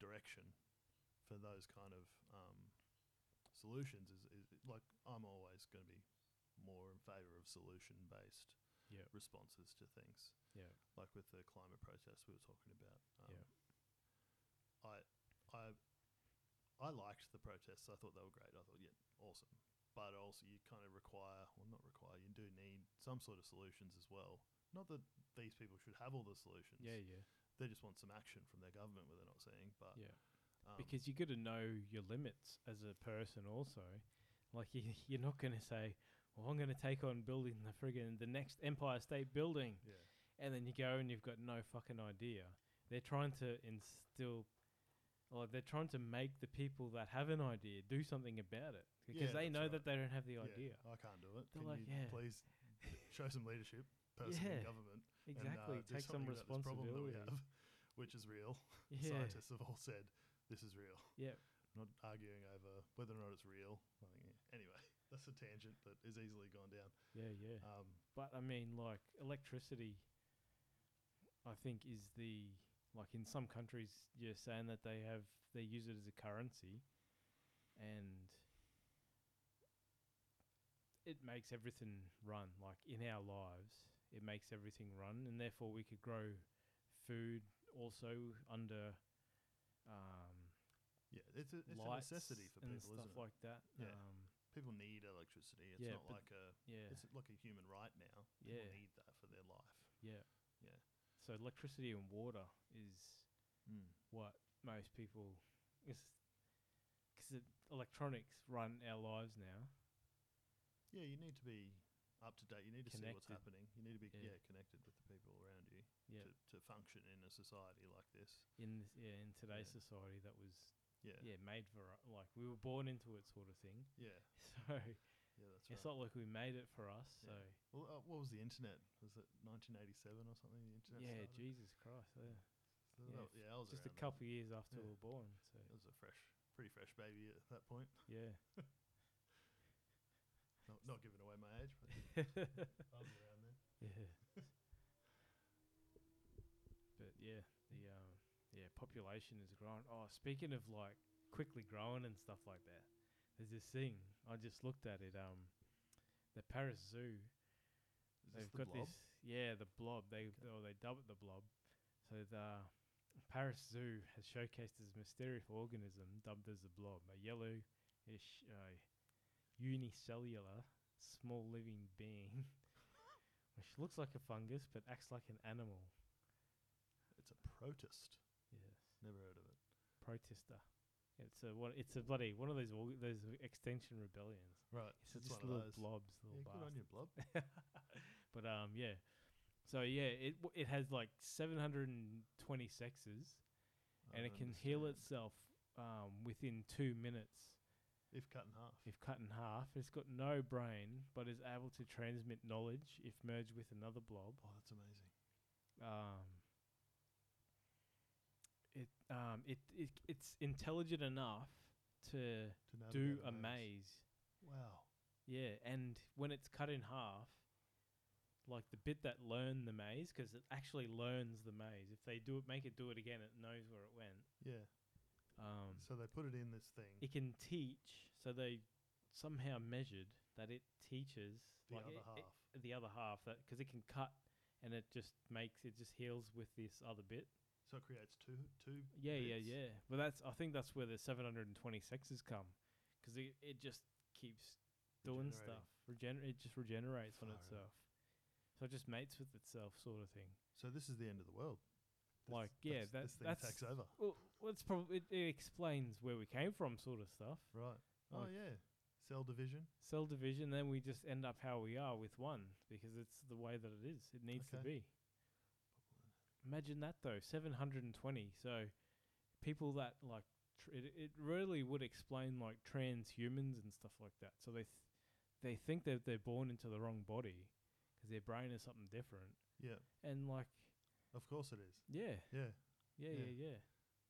S2: direction for those kind of um, solutions. Is, is like I'm always going to be more in favour of solution based
S1: Yep.
S2: responses to things.
S1: Yeah.
S2: like with the the climate protest we were talking about. um,
S1: Yeah.
S2: I, I, I liked the protests. I thought they were great. I thought, yeah, awesome. But also, you kind of require, well, not require, you do need some sort of solutions as well. Not that these people should have all the solutions.
S1: Yeah, yeah,
S2: They just want some action from their government, where they're not seeing. But
S1: yeah.
S2: um,
S1: because you got to know your limits as a person also like you, you're not going to say well i'm going to take on building the friggin the next empire state building
S2: yeah,
S1: and then you go and you've got no fucking idea they're trying to instill like they're trying to make the people that have an idea do something about it because
S2: Yeah,
S1: they
S2: that's
S1: know
S2: right.
S1: that they don't have the
S2: yeah,
S1: idea
S2: I can't do it.
S1: They're
S2: Can
S1: like,
S2: you
S1: yeah.
S2: please show some leadership, person in
S1: Yeah.
S2: government,
S1: exactly
S2: and uh, do
S1: take some
S2: something about this problem that
S1: responsibility
S2: we have, which is real.
S1: yeah
S2: Scientists have all said this is real.
S1: yeah
S2: not arguing over whether or not it's real. I think, yeah. Anyway, that's a tangent that is easily gone down.
S1: yeah yeah
S2: Um,
S1: But I mean, like electricity, I think is the like in some countries you're saying that they have they use it as a currency, and it makes everything run. Like in our lives, it makes everything run, and therefore we could grow food also under um,
S2: yeah, it's a, it's a
S1: lights
S2: necessity for
S1: and
S2: people,
S1: stuff
S2: isn't it?
S1: like that.
S2: Yeah.
S1: Um,
S2: people need electricity. It's
S1: Yeah,
S2: not
S1: but
S2: like a
S1: yeah.
S2: it's like a human right now. People
S1: Yeah.
S2: need that for their life.
S1: Yeah.
S2: Yeah.
S1: So electricity and water is
S2: Hmm.
S1: what most people is because electronics run our lives now.
S2: Yeah, you need to be up to date. You need to see what's
S1: Connected.
S2: happening. You need to be
S1: Yeah.
S2: yeah, connected with the people around you
S1: Yeah.
S2: to, to function in a society like this.
S1: In this, yeah, in today's
S2: Yeah.
S1: society, that was
S2: Yeah,
S1: yeah made for u- like we were born into it sort of thing.
S2: yeah,
S1: So
S2: yeah. That's
S1: it's
S2: right.
S1: not like we made it for us.
S2: Yeah.
S1: So
S2: Well, uh, what was the internet? Was it 1987 or something? The internet.
S1: yeah,
S2: started?
S1: Jesus Christ, yeah.
S2: So
S1: yeah,
S2: that- yeah, I was
S1: just a
S2: around then.
S1: couple years after
S2: Yeah.
S1: we were born. So
S2: It was a fresh, pretty fresh baby at that point.
S1: yeah,
S2: Not, not giving away my age, but I was around then.
S1: yeah. But yeah, the um, yeah population is growing. Oh, speaking of like quickly growing and stuff like that, there's this thing I just looked at it. Um, the Paris Zoo.
S2: Is
S1: They've
S2: this the
S1: got
S2: blob?
S1: this. Yeah, the blob. They oh, they dub it the blob. So the Paris Zoo has showcased this mysterious organism dubbed as the blob, a yellowish, uh, unicellular, small living being, which looks like a fungus but acts like an animal.
S2: It's a protist.
S1: Yes,
S2: Never heard of it.
S1: protester. It's a what? It's a bloody one of those org- those extinction rebellions.
S2: Right.
S1: It's, just little blobs, little
S2: Yeah, good on
S1: bastards.
S2: you, blob.
S1: but um, yeah. So yeah, it w- it has like 720 sexes,
S2: I
S1: and it
S2: don't
S1: can heal
S2: understand.
S1: itself um, within two minutes
S2: if cut in half.
S1: if cut in half. It's got no brain, but is able to transmit knowledge if merged with another blob.
S2: Oh, that's amazing.
S1: Um, it um it, it it's intelligent enough to
S2: To navigate
S1: do a
S2: maze.
S1: maze.
S2: Wow.
S1: Yeah, and when it's cut in half, like the bit that learned the maze, because it actually learns the maze. If they do it, make it do it again, it knows where it went.
S2: Yeah.
S1: Um,
S2: So they put it in this thing.
S1: it can teach, so they somehow measured that it teaches
S2: the
S1: like,
S2: other
S1: it- it-
S2: half.
S1: the other half that because it can cut and it just makes it just heals with this other bit.
S2: so it creates two two.
S1: Yeah, yeah,
S2: bits.
S1: yeah. But that's I think that's where the 720 sexes come, because it it just keeps doing
S2: Regenerating.
S1: stuff. Regener- it just regenerates on
S2: Far out.
S1: itself. So it just mates with itself, sort of thing.
S2: So this is the end of the world. This-
S1: Like, yeah,
S2: this-
S1: that-
S2: this thing
S1: that's-
S2: takes over.
S1: Well, well it's probably it, it explains where we came from, sort of stuff.
S2: Right. Oh
S1: Like-
S2: yeah. Cell division.
S1: Cell division, then we just end up how we are with one because it's the way that it is. It needs to
S2: Okay.
S1: be. Imagine that though, 720. So people that like tr- it, it really would explain like transhumans and stuff like that. So they th- they think that they're born into the wrong body because their brain is something different.
S2: Yeah.
S1: And like
S2: Of course it is.
S1: yeah,
S2: Yeah.
S1: yeah,
S2: Yeah.
S1: yeah, yeah.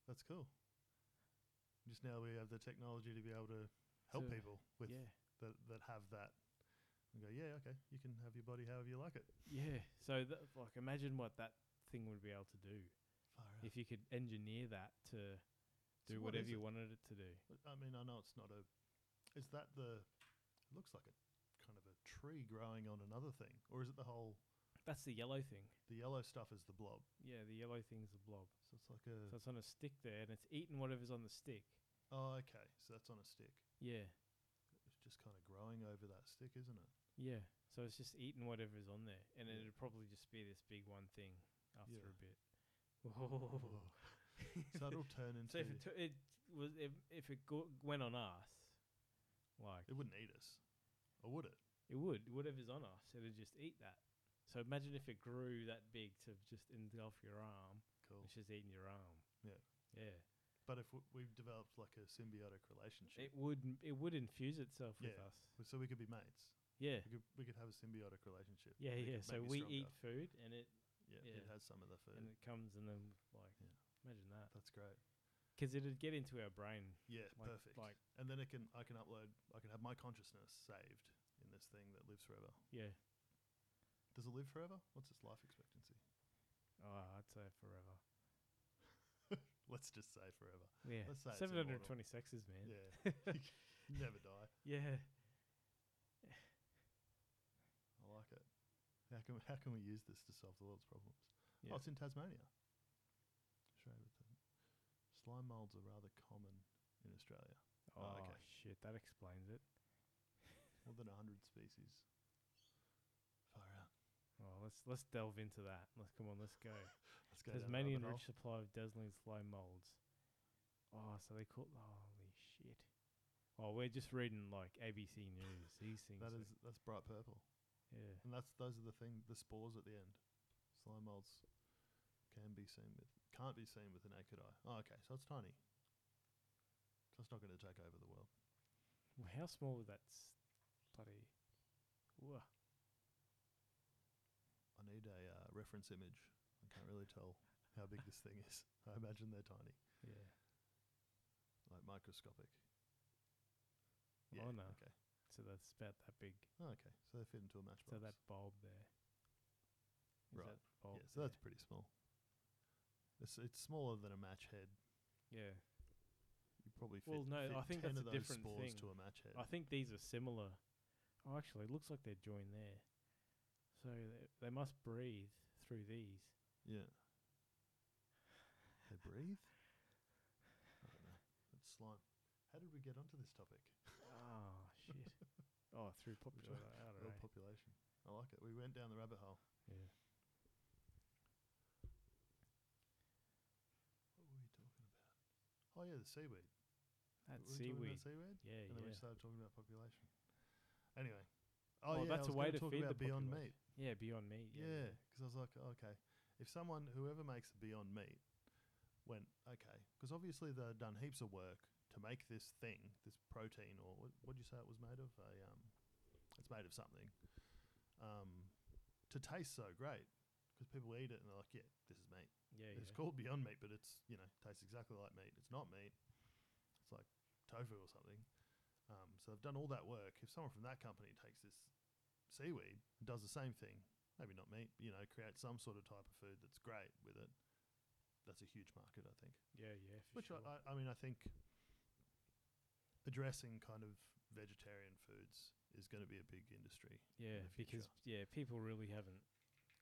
S2: That's cool. Just now we have the technology to be able to help
S1: To-
S2: people with
S1: yeah.
S2: that that have that. And go, yeah, okay, you can have your body however you like it.
S1: Yeah. So that like imagine what that thing would be able to do
S2: Far out.
S1: if you could engineer that to do
S2: So what
S1: whatever
S2: is
S1: you
S2: it?
S1: wanted it to do.
S2: But, I mean, I know it's not a. Is that the? It looks like a kind of a tree growing on another thing, or is it the whole
S1: That's the yellow thing.
S2: The yellow stuff is the blob.
S1: Yeah, the yellow thing's the blob.
S2: So it's like a.
S1: So it's on a stick there, and it's eating whatever's on the stick.
S2: oh, okay. So that's on a stick.
S1: Yeah,
S2: It's just kind of growing over that stick, isn't it?
S1: yeah. So it's just eating whatever's on there, and
S2: Yeah.
S1: it'd probably just be this big one thing after
S2: Yeah.
S1: a bit. Whoa.
S2: so it'll turn into.
S1: so if it, t- it was if if it go- went on us, like
S2: it wouldn't eat us. Or would it?
S1: it would whatever's on us, it'd just eat that. So imagine if it grew that big to just engulf your arm.
S2: Cool.
S1: It's just eating your arm.
S2: Yeah.
S1: Yeah.
S2: But if w- we've developed like a symbiotic relationship,
S1: It would m- it would infuse itself with
S2: Yeah.
S1: us.
S2: so we could be mates.
S1: Yeah.
S2: We could, we could have a symbiotic relationship.
S1: Yeah,
S2: It
S1: yeah.
S2: could
S1: So
S2: make me
S1: we
S2: stronger.
S1: eat food and it
S2: Yeah, it
S1: yeah.
S2: has some of the food.
S1: and it comes and then like
S2: Yeah.
S1: imagine that.
S2: That's great.
S1: 'Cause it'd get into our brain.
S2: Yeah,
S1: Like-
S2: perfect.
S1: like-
S2: and then it can I can upload I can have my consciousness saved in this thing that lives forever.
S1: Yeah.
S2: Does it live forever? What's its life expectancy?
S1: Oh, I'd say forever.
S2: Let's just say forever.
S1: Yeah.
S2: Let's say it's
S1: Seven hundred
S2: immortal.
S1: twenty sexes, man.
S2: Yeah. Never die.
S1: Yeah.
S2: I like it. How can how can we use this to solve the world's problems?
S1: Yeah.
S2: Oh, it's in Tasmania. Australia with them. Slime molds are rather common in Australia.
S1: Oh,
S2: Oh, okay.
S1: shit, that explains it.
S2: More than hundred species. Far out.
S1: Oh, let's let's delve into that. Let's come on, let's go.
S2: Let's go. down the
S1: Tasmanian
S2: rabbit hole.
S1: rich supply of dazzling slow molds. Oh, so they call holy shit. Oh, we're just reading like ABC News. These things. eh?
S2: That
S1: are-
S2: is that's bright purple.
S1: yeah.
S2: And that's those are the thing the spores at the end. Slime molds can be seen with can't be seen with the naked eye. Oh, okay, so it's tiny. So it's not going to take over the world.
S1: Well, how small was that s- bloody? Whoa.
S2: I need a uh, reference image. I can't really tell how big this thing is. I imagine they're tiny,
S1: Yeah.
S2: like microscopic.
S1: Oh, no.
S2: Okay.
S1: So that's about that big.
S2: Oh, okay. So they fit into a matchbox.
S1: So that bulb there. Is
S2: Right.
S1: That bulb
S2: yeah, so that's pretty small. It's it's smaller than a match head.
S1: there? yeah.
S2: You probably fit,
S1: Well, no,
S2: fit
S1: I think
S2: 10
S1: that's a
S2: of those
S1: different
S2: spores
S1: thing.
S2: to a match head.
S1: I think these are similar. Oh, actually, it looks like they're joined there. So they, they must breathe through these.
S2: Yeah. They breathe? I don't know. It's slime. How did we get onto this topic?
S1: Oh shit! oh, through popular. I don't
S2: World
S1: know.
S2: population. I like it. We went down the rabbit hole.
S1: yeah.
S2: What were we talking about? Oh, yeah, the seaweed.
S1: That
S2: Were we talking about
S1: seaweed.
S2: seaweed?
S1: Yeah,
S2: And then we
S1: yeah.
S2: started talking about population. Anyway.
S1: Oh,
S2: Oh, yeah,
S1: that's
S2: I was
S1: a way
S2: gonna
S1: to
S2: talk
S1: feed the
S2: about Beyond
S1: population.
S2: Meat.
S1: Yeah, Beyond Meat.
S2: Yeah, because I was like, oh, okay. If someone, whoever makes the Beyond Meat, went, okay, because obviously they've done heaps of work to make this thing, this protein, or what what'd you say it was made of? A, um, it's made of something, um, to taste so great. Because people eat it and they're like, yeah, this is meat.
S1: Yeah, yeah.
S2: It's called Beyond Meat, but it's, you know, tastes exactly like meat. It's not meat, it's like tofu or something. Um, so they've done all that work. If someone from that company takes this seaweed and does the same thing, maybe not meat, you know, creates some sort of type of food that's great with it, that's a huge market, I think.
S1: Yeah, yeah. For
S2: Which
S1: sure.
S2: I, I, I mean, I think addressing kind of vegetarian foods is going to be a big industry.
S1: yeah,
S2: the
S1: because yeah, people really haven't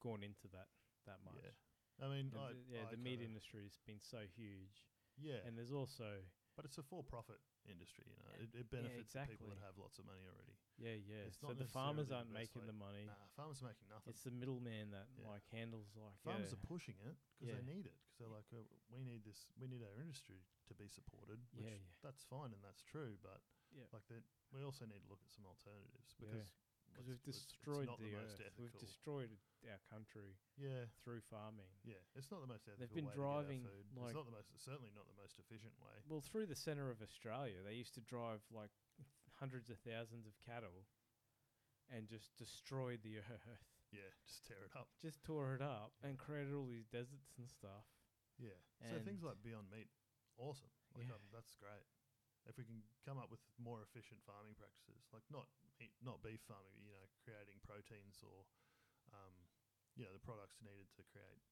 S1: gone into that that much.
S2: Yeah. I mean,
S1: And
S2: I,
S1: the- yeah,
S2: I
S1: the meat
S2: kinda-
S1: industry has been so huge,
S2: Yeah,
S1: and there's also
S2: but it's a for-profit industry. You know,
S1: Uh,
S2: it, it benefits the people
S1: exactly.
S2: that have lots of money already.
S1: yeah, yeah.
S2: It's
S1: so
S2: not
S1: the farmers
S2: necessarily
S1: aren't
S2: the best
S1: making
S2: way-
S1: the money.
S2: Nah, farmers are making nothing.
S1: It's the middleman that
S2: Yeah.
S1: like handles like
S2: farmers
S1: yeah,
S2: are pushing it because
S1: Yeah.
S2: they need it because they're like, oh, we need this, we need our industry to be supported. Which
S1: Yeah, yeah.
S2: that's fine and that's true, but
S1: Yeah.
S2: like that, we also need to look at some alternatives because
S1: because
S2: what's-
S1: we've
S2: it's- it's
S1: destroyed
S2: not
S1: the,
S2: the
S1: earth.
S2: most
S1: We've
S2: ethical.
S1: destroyed our country
S2: yeah,
S1: through farming.
S2: yeah, it's not the most ethical.
S1: been
S2: way to get our
S1: driving,
S2: food.
S1: like-
S2: it's not the most, certainly not the most efficient way.
S1: Well, through the center of Australia, they used to drive like hundreds of thousands of cattle and just destroyed the earth.
S2: Yeah, just tear it up.
S1: Just tore it up and created all these deserts and stuff.
S2: Yeah. so things
S1: And-
S2: like Beyond Meat, awesome. Like
S1: Yeah.
S2: um, that's great. If we can come up with more efficient farming practices, like not meat, not beef farming, you know, creating proteins or, um, you know, the products needed to create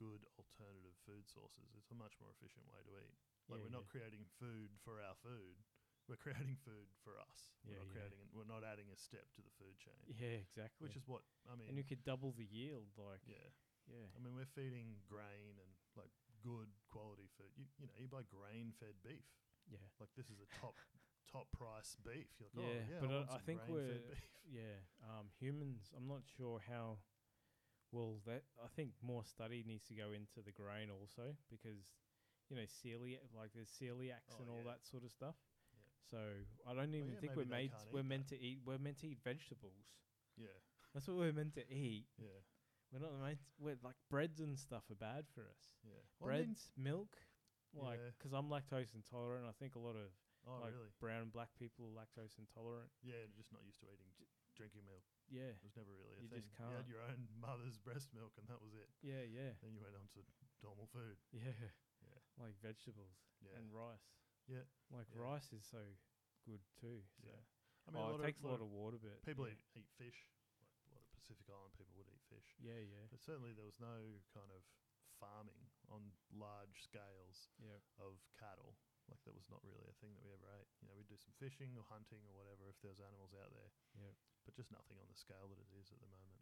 S2: good alternative food sources. It's a much more efficient way to eat. Like
S1: Yeah,
S2: we're not
S1: yeah.
S2: creating food for our food. we're creating food for us.
S1: Yeah,
S2: we're not
S1: yeah.
S2: creating. An, we're not adding a step to the food chain,
S1: Yeah, exactly.
S2: which is what I mean.
S1: and you could double the yield, like yeah,
S2: yeah, I mean we're feeding grain and like good quality food. You you know you buy grain fed beef.
S1: yeah,
S2: Like this is a top top price beef. You're like,
S1: Yeah,
S2: oh, yeah,
S1: but
S2: I,
S1: I-
S2: want
S1: I
S2: some
S1: think
S2: grain-fed
S1: we're-
S2: beef.
S1: yeah. Um, humans. I'm not sure how. Well, that I think more study needs to go into the grain also because, you know, celiac like there's celiacs
S2: Oh,
S1: and all
S2: yeah.
S1: that sort of stuff.
S2: Yeah.
S1: So I don't even
S2: yeah,
S1: think we're made.
S2: maybe they can't
S1: We're
S2: eat
S1: meant to eat. We're meant to eat vegetables.
S2: Yeah,
S1: That's what we're meant to eat.
S2: yeah,
S1: We're not meant. We're like breads and stuff are bad for us.
S2: yeah. Well, I mean-
S1: breads, milk, like
S2: Yeah.
S1: because I'm lactose intolerant. I think a lot of
S2: oh
S1: like-
S2: really?
S1: brown and black people are lactose intolerant.
S2: Yeah, you're just not used to eating drinking milk.
S1: Yeah,
S2: It was never really a
S1: You
S2: thing.
S1: just
S2: You
S1: can't.
S2: had your own mother's breast milk, and that was it.
S1: yeah, yeah,
S2: Then you went on to normal food.
S1: yeah,
S2: Yeah.
S1: Like vegetables
S2: Yeah,
S1: and rice.
S2: Yeah,
S1: like
S2: yeah.
S1: rice is so good too. So.
S2: yeah. I mean,
S1: oh,
S2: a lot
S1: it takes
S2: of,
S1: a lot of water, but
S2: people
S1: yeah.
S2: eat, eat fish. Like a lot of Pacific Island people would eat fish,
S1: Yeah, yeah,
S2: but certainly there was no kind of farming on large scales
S1: yeah,
S2: of cattle. Like that was not really a thing that we ever ate. You know, we'd do some fishing or hunting or whatever if there was animals out there.
S1: yeah.
S2: but just nothing on the scale that it is at the moment.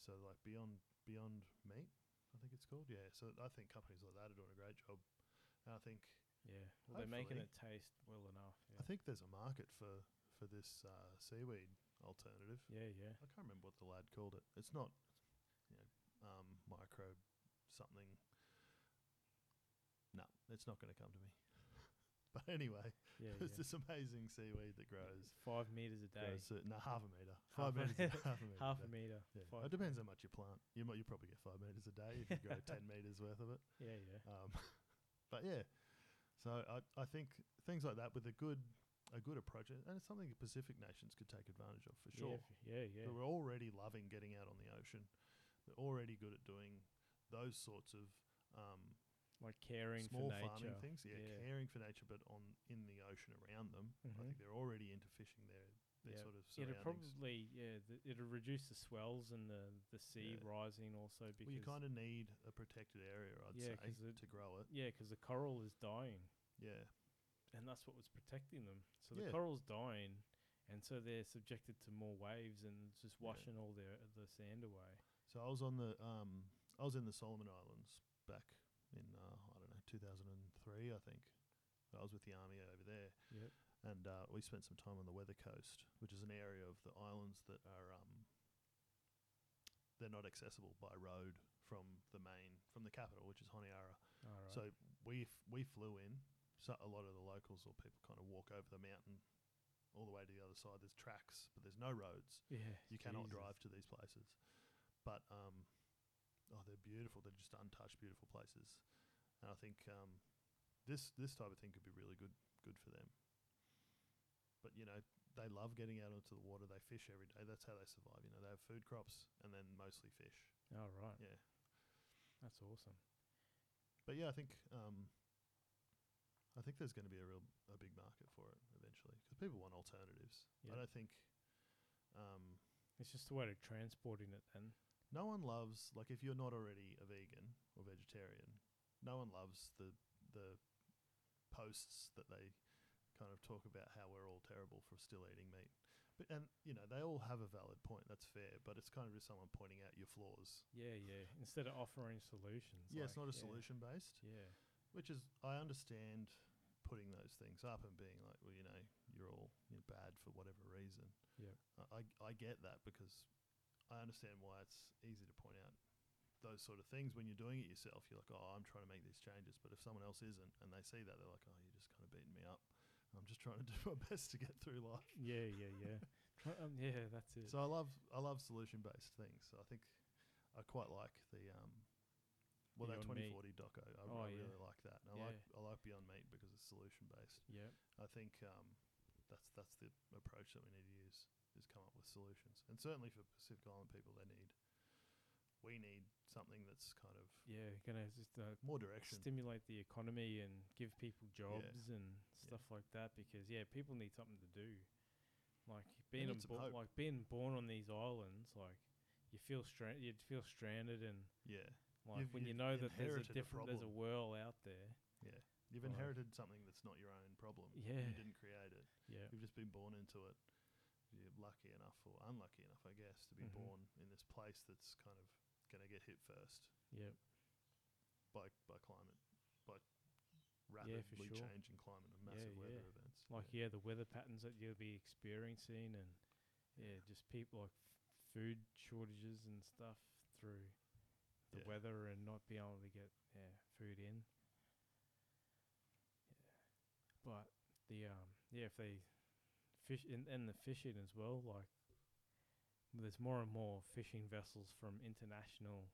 S2: So like beyond beyond meat, I think it's called. Yeah. So I think companies like that are doing a great job. And I think
S1: Yeah, well, they're making it
S2: Hopefully.
S1: taste well enough.
S2: I
S1: Yeah,
S2: think there's a market for for this uh, seaweed alternative.
S1: yeah, yeah.
S2: I can't remember what the lad called it. It's not you know um, micro something. No, it's not going to come to me. but anyway,
S1: yeah,
S2: there's
S1: yeah.
S2: this amazing seaweed that grows.
S1: Five meters a day,
S2: grows uh, no, half a meter.
S1: Half
S2: Five
S1: a
S2: meters.
S1: meter.
S2: half a meter.
S1: half
S2: no.
S1: a meter.
S2: Yeah,
S1: five
S2: it depends how much you plant. You might you probably get five meters a day if you grow ten meters worth of it.
S1: Yeah, yeah,
S2: Um, but yeah, so I I think things like that with a good a good approach, and it's something the Pacific nations could take advantage of for
S1: Yeah,
S2: sure.
S1: f- Yeah, yeah,
S2: We're already loving getting out on the ocean. We're already good at doing those sorts of um,
S1: Like caring
S2: small
S1: for nature.
S2: farming things. Yeah,
S1: Yeah.
S2: caring for nature, but on in the ocean around them. I
S1: Mhm.
S2: think they're already into fishing their their
S1: Yeah.
S2: sort of
S1: It'll
S2: surroundings.
S1: probably yeah, th- it'll reduce the swells and the the sea
S2: Yeah.
S1: rising also because
S2: well, you kind of need a protected area, I'd
S1: Yeah,
S2: say,
S1: 'cause it-
S2: to grow it.
S1: yeah, 'cause the coral is dying
S2: Yeah.
S1: and that's what was protecting them. So the
S2: Yeah.
S1: coral's dying, and so they're subjected to more waves and it's just
S2: Yeah.
S1: washing all their the sand away.
S2: So I was on the um I was in the Solomon Islands back in uh, I don't know 2003 I think. I was with the army over there,
S1: Yep.
S2: and uh, we spent some time on the Weather Coast, which is an area of the islands that are um they're not accessible by road from the main from the capital, which is Honiara.
S1: All right.
S2: So we f- we flew in. So a lot of the locals or people kind of walk over the mountain all the way to the other side. There's tracks, but there's no roads
S1: yeah,
S2: you cannot
S1: Jesus.
S2: drive to these places. But um, oh, they're beautiful. They're just untouched, beautiful places. And I think um, this this type of thing could be really good good for them. But you know, they love getting out onto the water. They fish every day. That's how they survive. You know, they have food crops and then mostly fish.
S1: All right.
S2: Yeah.
S1: That's awesome.
S2: But yeah, I think um, I think there's going to be a real a big market for it eventually because people want alternatives.
S1: Yeah.
S2: I don't think. Um,
S1: It's just a way of transporting it then.
S2: No one loves like if you're not already a vegan or vegetarian, no one loves the the posts that they kind of talk about how we're all terrible for still eating meat. But and you know, they all have a valid point, that's fair, but it's kind of just someone pointing out your flaws.
S1: Yeah, yeah. Instead of offering solutions.
S2: yeah, it's
S1: like,
S2: not a solution based,
S1: Yeah.
S2: which is I understand putting those things up and being like, well, you know, you're all you're bad for whatever reason.
S1: Yeah.
S2: I, I I get that because I understand why it's easy to point out those sort of things when you're doing it yourself. You're like, oh, I'm trying to make these changes, but if someone else isn't and they see that, they're like, oh, you're just kind of beating me up. I'm just trying to do my best to get through life.
S1: Yeah, yeah, yeah. Try- um, yeah, that's it.
S2: So I love I love solution based things. So I think I quite like the um, well that
S1: Beyond Meat.
S2: 2040 doco. I,
S1: Oh,
S2: I
S1: yeah.
S2: really like that. And I
S1: Yeah.
S2: like I like Beyond Meat because it's solution based.
S1: yeah.
S2: I think um, that's that's the approach that we need to use is come up with solutions. And certainly for Pacific Island people, they need we need something that's kind of
S1: Yeah, gonna just uh,
S2: more direction.
S1: stimulate the economy and give people jobs and
S2: Yeah.
S1: stuff like that because yeah, people need something to do. Like being
S2: need
S1: on
S2: some
S1: bo-
S2: hope.
S1: like being born on these islands, like you feel stra- you'd feel stranded and
S2: yeah,
S1: like
S2: You've-
S1: when you
S2: you've
S1: know that there's a
S2: inherited a
S1: different there's a
S2: problem.
S1: world out there.
S2: yeah. You've
S1: Right.
S2: inherited something that's not your own problem.
S1: Yeah.
S2: You didn't create it.
S1: Yeah.
S2: You've just been born into it. You're lucky enough or unlucky enough, I guess, to be
S1: Mhm.
S2: born in this place that's kind of going to get hit first
S1: Yeah.
S2: by by climate, by rapidly
S1: sure.
S2: changing climate and massive
S1: yeah.
S2: weather events.
S1: Like
S2: yeah.
S1: yeah, the weather patterns that you'll be experiencing, and yeah, just people like f- food shortages and stuff through the
S2: Yeah.
S1: weather and not being able to get yeah food in. Yeah, but the um yeah if they fish and and the fishing as well like there's more and more fishing vessels from international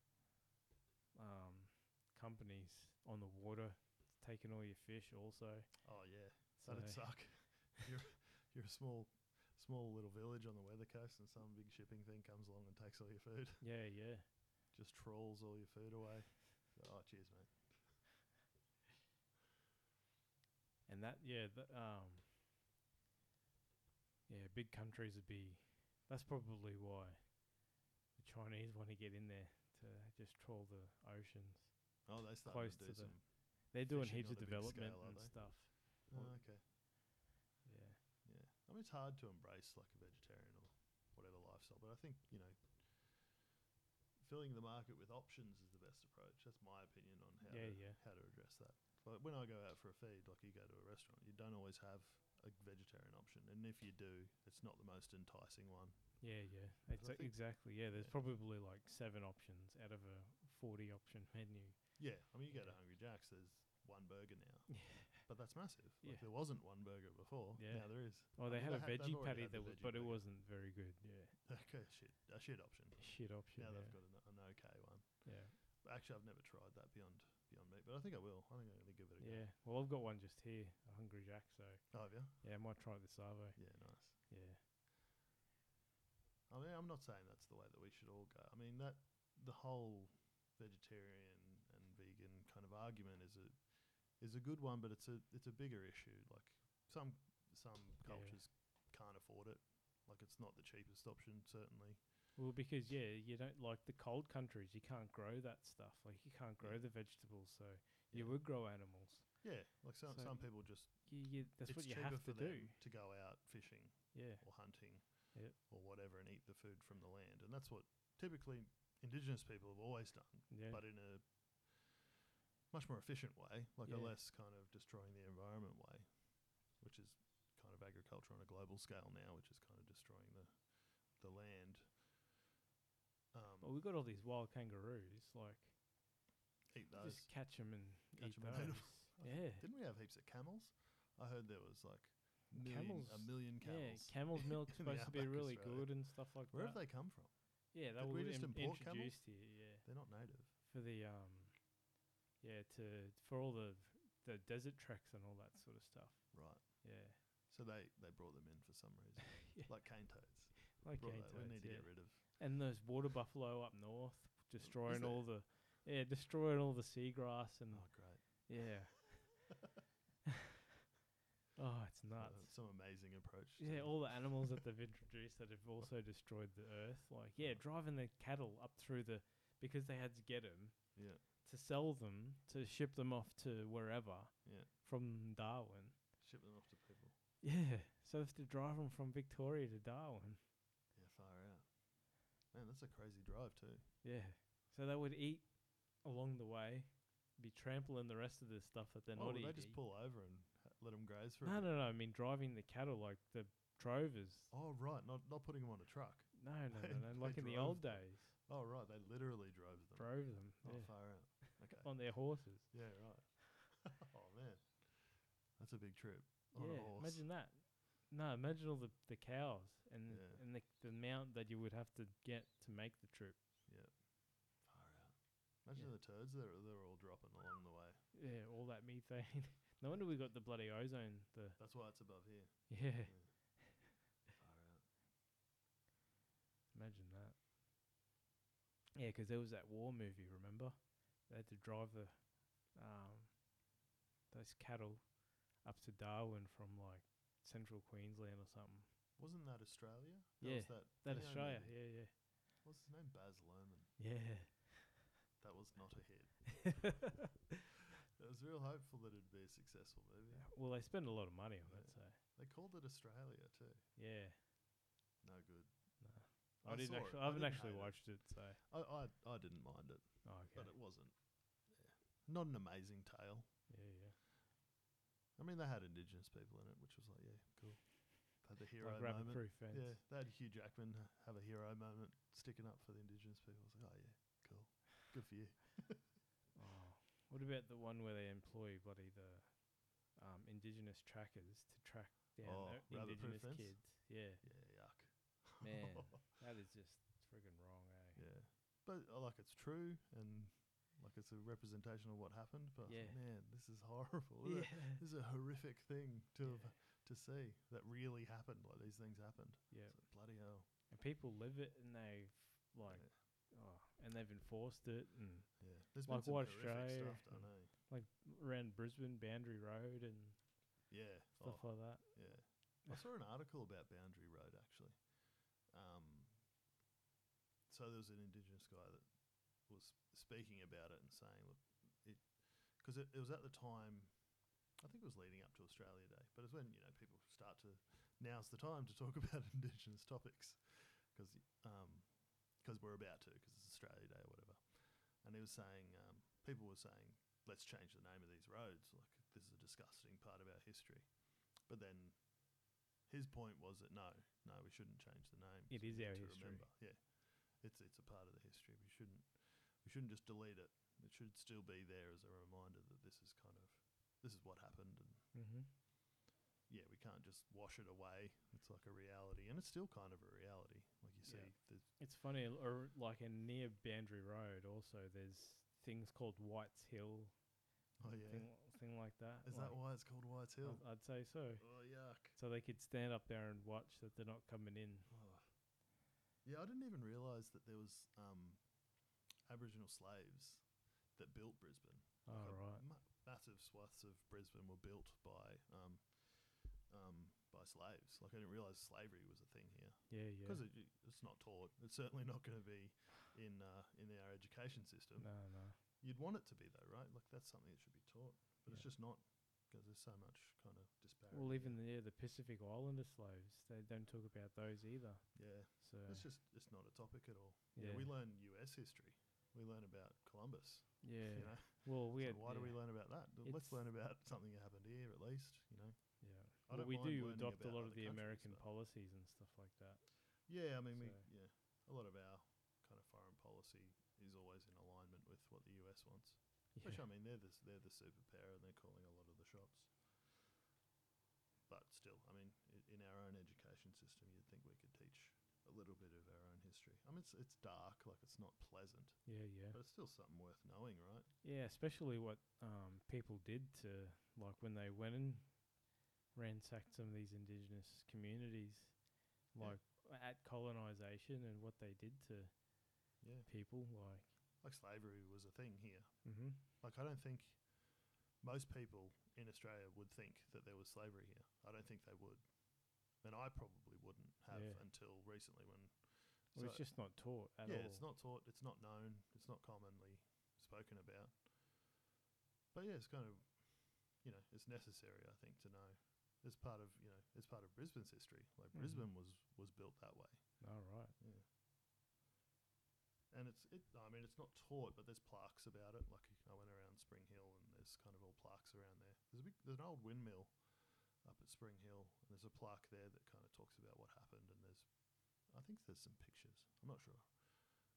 S1: um companies on the water taking all your fish also
S2: Oh yeah, that'd
S1: so-
S2: suck. you're you're a small small little village on the weather coast, and some big shipping thing comes along and takes all your food,
S1: Yeah, yeah,
S2: just trawls all your food away. Oh, cheers, mate.
S1: and that yeah, th um, yeah, big countries would be. That's probably why the Chinese want to get in there to just trawl the oceans.
S2: Oh, they started
S1: Close to
S2: to do
S1: the-
S2: some.
S1: They're doing heaps
S2: Fishing on
S1: of
S2: a big
S1: development
S2: scale, are
S1: and
S2: they?
S1: stuff.
S2: Oh,
S1: Well,
S2: okay.
S1: Yeah,
S2: Yeah. I mean, it's hard to embrace like a vegetarian or whatever lifestyle, but I think, you know, filling the market with options is the best approach. That's my opinion on how,
S1: Yeah,
S2: to,
S1: yeah.
S2: how to address that. Like when I go out for a feed, like you go to a restaurant, you don't always have a vegetarian option. And if you do, it's not the most enticing one.
S1: yeah, yeah.
S2: But I
S1: Exa-
S2: think-
S1: exactly. Yeah, there's
S2: yeah.
S1: probably like seven options out of a forty option menu.
S2: Yeah. I mean, you go
S1: Yeah.
S2: to Hungry Jack's, there's one burger now.
S1: Yeah.
S2: But that's massive. Like
S1: Yeah.
S2: there wasn't one burger before.
S1: Yeah.
S2: Now there is.
S1: Oh,
S2: I
S1: they had
S2: mean,
S1: a
S2: they've
S1: veggie
S2: already
S1: patty
S2: had
S1: that,
S2: the
S1: was,
S2: veggie
S1: but it
S2: burger.
S1: wasn't very good. Yeah,
S2: Okay, shit. A shit option.
S1: shit option.
S2: Now
S1: Yeah,
S2: they've got an, an okay one.
S1: yeah,
S2: Actually, I've never tried that beyond beyond meat, but I think I will. I think I'm going to give it a
S1: yeah. Well, I've got one just here, a Hungry Jack. So
S2: go. Oh, have you?
S1: yeah, I might try this Savo.
S2: Yeah, nice.
S1: Yeah.
S2: I mean, I'm not saying that's the way that we should all go. I mean, that the whole vegetarian and vegan kind of argument is a is a good one, but it's a it's a bigger issue. Like some some
S1: Yeah.
S2: cultures can't afford it. Like it's not the cheapest option, certainly.
S1: Well, because yeah, you don't like the cold countries. You can't grow that stuff. Like you can't grow the vegetables, so you
S2: Yeah.
S1: would grow animals.
S2: Yeah, like some
S1: So
S2: some people just
S1: You, you, that's
S2: it's
S1: what you
S2: cheaper
S1: have
S2: for
S1: to do.
S2: them to go out fishing
S1: Yeah,
S2: or hunting
S1: Yep.
S2: or whatever and eat the food from the land. And that's what typically indigenous people have always done,
S1: yeah,
S2: but in a much more efficient way, like a
S1: Yeah.
S2: less kind of destroying the environment way, which is kind of agriculture on a global scale now, which is kind of destroying the the land.
S1: but
S2: Um,
S1: we've got all these wild kangaroos. Like
S2: eat
S1: you
S2: those.
S1: just catch them and eat
S2: Catch 'em
S1: those.
S2: and eat 'em.
S1: yeah,
S2: Didn't we have heaps of camels? I heard there was like million,
S1: camels.
S2: a million
S1: yeah,
S2: camels.
S1: camel's milk's
S2: in the
S1: supposed to be
S2: outback
S1: really
S2: Australia.
S1: good and stuff like
S2: Where have
S1: that.
S2: they come from?
S1: yeah, they
S2: did
S1: were
S2: we just
S1: im-
S2: import camels?
S1: introduced here. Yeah,
S2: They're not native.
S1: for the um, yeah, to for all the the desert treks and all that sort of stuff.
S2: Right.
S1: Yeah,
S2: So they, they brought them in for some reason.
S1: Yeah.
S2: Like cane toads.
S1: like
S2: Brought
S1: cane
S2: that- we
S1: toads,
S2: need to
S1: yeah.
S2: get rid of
S1: And those water buffalo up north, destroying
S2: there?
S1: all the yeah, destroying all the seagrass and
S2: Oh, great.
S1: yeah. oh, it's nuts.
S2: Uh, some amazing approach. to
S1: yeah,
S2: it.
S1: all the animals that they've introduced that have also destroyed the earth. Like yeah, driving the cattle up through the because they had to get 'em
S2: Yeah.
S1: to sell them to ship them off to wherever
S2: Yeah.
S1: from Darwin.
S2: Ship them off to people.
S1: Yeah, so they have to drive them from Victoria to Darwin.
S2: Yeah, far out. Man, that's a crazy drive, too.
S1: Yeah. So they would eat along the way, be trampling the rest of the stuff that they're
S2: oh,
S1: not
S2: would
S1: eating.
S2: they just pull over and ha- let them graze for a
S1: no,
S2: bit?
S1: no, no. I mean, driving the cattle like the drovers.
S2: Oh, right. Not, not putting them on a truck.
S1: No, no, no,
S2: They
S1: no. Like in the
S2: drove
S1: old
S2: them.
S1: days,
S2: Oh, right. They literally drove them.
S1: drove them
S2: Oh,
S1: yeah,
S2: far out. Okay.
S1: on their horses.
S2: yeah, right. oh, man. That's a big trip. On
S1: Yeah,
S2: a horse.
S1: imagine that. No, imagine all the, the cows and
S2: Yeah.
S1: and the, the amount that you would have to get to make the trip.
S2: Far out. Imagine the turds that are, that are all dropping along the way.
S1: Yeah, all that methane. no wonder we got the bloody ozone. The
S2: That's why it's above here.
S1: yeah,
S2: Yeah. Far out.
S1: Imagine that. Yeah, 'cause there was that war movie, remember? They had to drive the um, those cattle up to Darwin from like central Queensland or something.
S2: Wasn't that Australia? That
S1: Yeah,
S2: was that
S1: That
S2: Theo
S1: Australia,
S2: movie.
S1: yeah,
S2: What's his name? Baz Luhrmann.
S1: yeah, yeah.
S2: That was not a hit. Uh, I was real hopeful that it'd be a successful movie.
S1: Well, they spend a lot of money on it, so
S2: Yeah. They called it Australia too.
S1: yeah.
S2: No good.
S1: I,
S2: I
S1: didn't
S2: saw it.
S1: actually.
S2: I
S1: I haven't
S2: didn't
S1: actually
S2: hate it.
S1: watched it, so
S2: I I, I didn't mind it,
S1: oh, okay.
S2: but it wasn't. Yeah. Not an amazing tale.
S1: yeah, yeah.
S2: I mean, they had indigenous people in it, which was like, yeah, cool. They had the hero
S1: like rabbit
S2: moment.
S1: proof fence.
S2: Yeah, they had Hugh Jackman h- have a hero moment, sticking up for the indigenous people. It's like, oh yeah, cool, good for you.
S1: Oh. What about the one where they employ bloody the um, indigenous trackers to track down
S2: Oh,
S1: the
S2: rabbit-proof
S1: indigenous
S2: fence?
S1: kids? Yeah,
S2: Yeah, yuck.
S1: man, that is just friggin' wrong, eh?
S2: yeah, but uh, like it's true and like it's a representation of what happened. But I
S1: Yeah.
S2: thought, man, this is horrible. isn't it?
S1: yeah.
S2: This is a horrific thing to have,
S1: Yeah.
S2: to see that really happened. Like these things happened.
S1: Yeah.
S2: It's like, bloody hell.
S1: and people live it, and they like, oh, and they've enforced it, and
S2: Yeah, there's
S1: Like
S2: been some
S1: White
S2: horrific
S1: Australia
S2: stuff done. eh?
S1: like around Brisbane Boundary Road and
S2: Yeah,
S1: stuff
S2: oh,
S1: like that.
S2: yeah. I saw an article about Boundary Road actually. Um, so there was an Indigenous guy that was speaking about it and saying, look, it because it, it was at the time, I think it was leading up to Australia Day, but it's when you know people start to now's the time to talk about Indigenous topics because because we're about to because it's Australia Day or whatever. And he was saying, um, people were saying, let's change the name of these roads. Like this is a disgusting part of our history. But then his point was that no, no, we shouldn't change the name.
S1: It
S2: We
S1: is
S2: need
S1: our
S2: to
S1: history.
S2: Yeah, it's it's a part of the history. We shouldn't we shouldn't just delete it. It should still be there as a reminder that this is kind of this is what happened, and
S1: Mm-hmm.
S2: yeah, we can't just wash it away. It's like a reality, and it's still kind of a reality. Like you
S1: Yeah.
S2: see, there's
S1: It's funny, l- or like in near Boundary Road, also there's things called White's Hill,
S2: oh yeah,
S1: thing, thing like that.
S2: is that
S1: like,
S2: why it's called White's Hill?
S1: I'd, I'd say so.
S2: oh yuck.
S1: So they could stand up there and watch that they're not coming in.
S2: Oh. Yeah, I didn't even realize that there was um, Aboriginal slaves that built Brisbane.
S1: Oh,
S2: Like, a
S1: right.
S2: ma- massive swaths of Brisbane were built by um, um, by slaves. Like I didn't realize slavery was a thing here
S1: Yeah, yeah.
S2: because it, it's not taught. It's certainly not going to be in uh, in our education system.
S1: no, no.
S2: You'd want it to be though, right? Like that's something that should be taught, but it's
S1: Yeah.
S2: just not because there's so much kind of disparity.
S1: Well, even the, yeah, the Pacific Islander slaves, they don't talk about those either.
S2: yeah,
S1: So
S2: it's just it's not a topic at all.
S1: yeah,
S2: Yeah, we learn U.S. history. We learn about Columbus.
S1: yeah.
S2: You know,
S1: Well, we
S2: So
S1: had,
S2: why do
S1: yeah,
S2: we learn about that? Th- Let's
S1: It's-
S2: learn about something that happened here, at least. You know.
S1: Yeah.
S2: I
S1: Well,
S2: don't
S1: we
S2: mind
S1: do
S2: learning
S1: adopt a
S2: about
S1: lot
S2: other
S1: of the
S2: countries,
S1: American
S2: but-
S1: policies and stuff like that.
S2: Yeah, I mean, we
S1: So-
S2: yeah, a lot of our kind of foreign policy is always in alignment with what the U.S. wants. Which
S1: Yeah.
S2: I mean, they're the s- they're the superpower, and they're calling a lot of the shots. But still, I mean, i- in our own education system, you'd think we could teach a little bit of our own history. I mean, it's it's dark, like it's not pleasant,
S1: yeah, yeah.
S2: but it's still something worth knowing, right?
S1: Yeah, especially what um, people did to, like, when they went and ransacked some of these indigenous communities,
S2: Yeah.
S1: like at colonization and what they did to
S2: Yeah,
S1: people. Like,
S2: like slavery was a thing here.
S1: mm-hmm.
S2: Like, I don't think most people in Australia would think that there was slavery here. I don't think they would. And I probably wouldn't have
S1: Yeah.
S2: until recently when.
S1: well, it's
S2: so-
S1: just not taught at
S2: yeah,
S1: all.
S2: it's not taught, it's not known, it's not commonly spoken about. But yeah, it's kind of, you know, it's necessary, I think, to know. It's part of, you know, it's part of Brisbane's history. Like,
S1: Mhm.
S2: Brisbane was, was built that way.
S1: All Oh, right.
S2: Yeah. And it's it. I mean, it's not taught, but there's plaques about it. Like I went around Spring Hill, and there's kind of all plaques around there. There's a big, there's an old windmill up at Spring Hill, and there's a plaque there that kind of talks about what happened. And there's, I think there's some pictures. I'm not sure,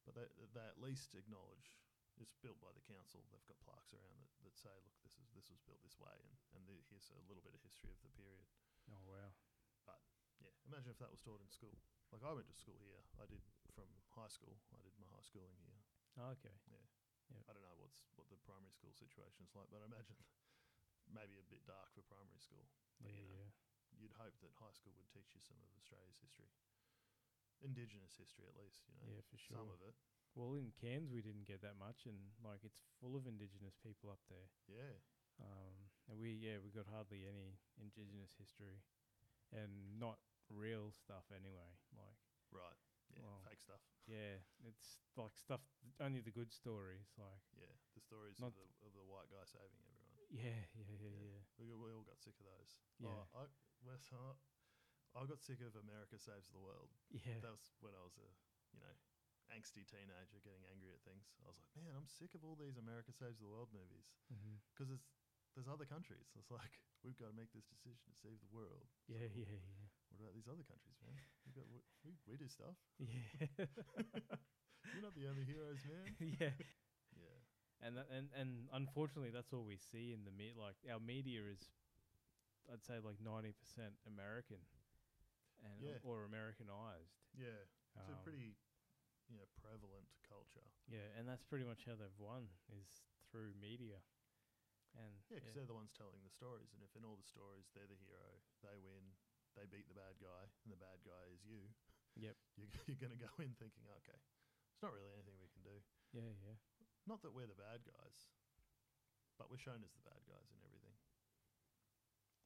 S2: but they they at least acknowledge it's built by the council. They've got plaques around that, that say, look, this is this was built this way, and and the, here's a little bit of history of the period.
S1: Oh, wow.
S2: Yeah, imagine if that was taught in school. Like I went to school here. I did from high school. I did my high schooling here.
S1: Oh, okay.
S2: I don't know what's what the primary school situation's like, but I imagine maybe a bit dark for primary school. But,
S1: yeah,
S2: you know,
S1: yeah.
S2: You'd hope that high school would teach you some of Australia's history, Indigenous history at least. You know,
S1: Yeah, for sure.
S2: some of it.
S1: Well, in Cairns, we didn't get that much, and like it's full of Indigenous people up there.
S2: Yeah,
S1: Um, and we, yeah, we got hardly any Indigenous history, and not real stuff anyway. Like,
S2: right. Yeah,
S1: Wow.
S2: fake stuff.
S1: yeah, it's like stuff only the good stories. Like,
S2: Yeah, the stories
S1: Not
S2: of the of the white guy saving everyone.
S1: Yeah, yeah, yeah,
S2: Yeah.
S1: yeah.
S2: We, got- we all got sick of those.
S1: Yeah.
S2: Oh, I, Wes Hart, I got sick of America Saves the World.
S1: Yeah.
S2: That was when I was a, you know, angsty teenager getting angry at things. I was like, man, I'm sick of all these America Saves the World movies
S1: Mhm.
S2: because it's there's other countries. It's like we've got to make this decision to save the world.
S1: Yeah, yeah, yeah.
S2: What about these other countries, man? We got we, we, we do stuff.
S1: Yeah.
S2: You're not the only heroes, man.
S1: yeah.
S2: Yeah,
S1: And that, and and unfortunately that's all we see in the me like our media is I'd say like 90% American and
S2: Yeah.
S1: or Americanized.
S2: yeah. It's
S1: Um,
S2: a pretty, you know, prevalent culture.
S1: Yeah, and that's pretty much how they've won is through media. And
S2: Yeah, 'cause they're the ones telling the stories, and if in all the stories they're the hero, they win, they beat the bad guy, and the bad guy is you.
S1: Yep.
S2: You're, g- you're going to go in thinking, okay, there's not really anything we can do.
S1: yeah, yeah.
S2: Not that we're the bad guys, but we're shown as the bad guys in everything.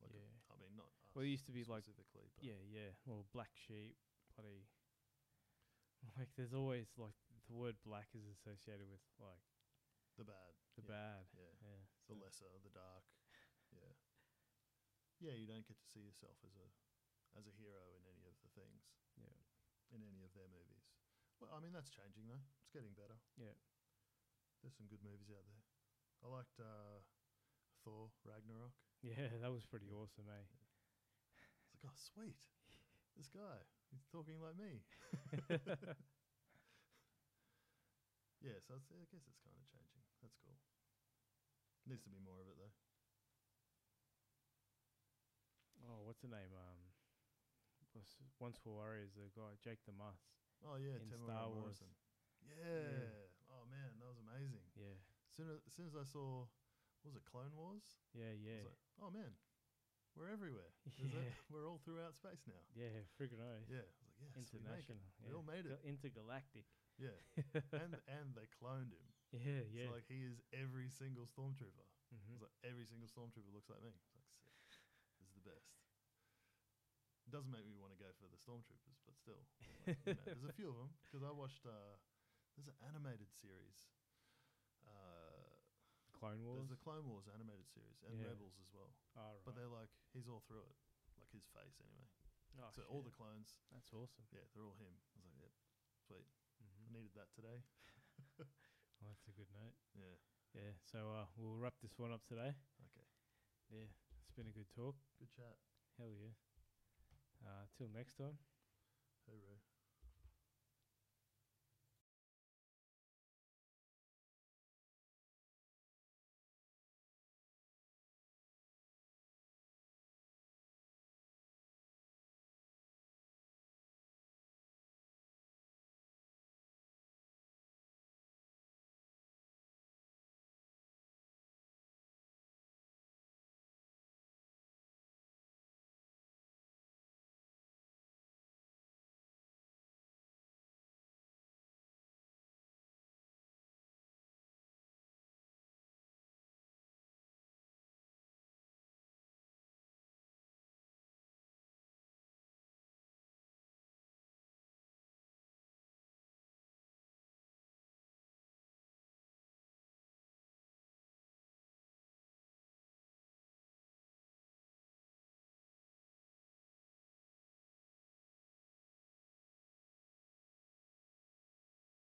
S2: Like, uh,
S1: Yeah.
S2: I mean, not us
S1: Well, it used to be like-
S2: specifically, but
S1: Yeah, yeah. Well, black sheep, bloody. Like, there's always like the word black is associated with like
S2: the bad,
S1: the
S2: yeah,
S1: bad.
S2: yeah,
S1: Yeah.
S2: the lesser, the dark, yeah, yeah. You don't get to see yourself as a as a hero in any of the things.
S1: Yeah.
S2: in any of their movies. Well, I mean that's changing though. It's getting better.
S1: Yeah.
S2: There's some good movies out there. I liked uh, Thor Ragnarok.
S1: Yeah, that was pretty awesome, eh?
S2: It's like, oh sweet, this guy he's talking like me.
S1: eh?
S2: yeah, so it's, I guess it's kind of changing. That's cool. Needs to be more of it though.
S1: Oh, what's the name? Um, was Once for Warriors, the guy Jake the Mus.
S2: Oh yeah,
S1: In Star
S2: Temuera
S1: Wars.
S2: Morrison. Yeah. Oh man, that was amazing.
S1: Yeah,
S2: As soon as, as soon as I saw, what was it Clone Wars?
S1: yeah,
S2: I
S1: yeah,
S2: was like, oh man, we're everywhere. Is that-
S1: Yeah.
S2: we're all throughout space now.
S1: yeah. Friggin' oath.
S2: Yeah. I was like, yes, we make it."
S1: International.
S2: We all made
S1: Go- Intergalactic.
S2: Yeah. and and they cloned him.
S1: Yeah, yeah.
S2: So like he is every single stormtrooper.
S1: Mhm.
S2: It's like every single stormtrooper looks like me. It's like sick. This is the best. It doesn't make me want to go for the stormtroopers, but still, like, you know, there's a few of them because I watched. Uh, there's an animated series. Uh,
S1: Clone Wars.
S2: there's the Clone Wars animated series and
S1: Yeah.
S2: Rebels as well.
S1: oh, right.
S2: But they're like he's all through it, like his face anyway.
S1: Oh,
S2: so all
S1: shit.
S2: the clones,
S1: That's awesome.
S2: yeah, they're all him. I was like, yep, sweet. I
S1: Mm-hmm.
S2: needed that today.
S1: Well, that's a good note.
S2: Yeah,
S1: Yeah, so uh, we'll wrap this one up today.
S2: okay,
S1: Yeah, it's been a good talk.
S2: good chat.
S1: Hell yeah. Uh, till next time.
S2: Hooroo.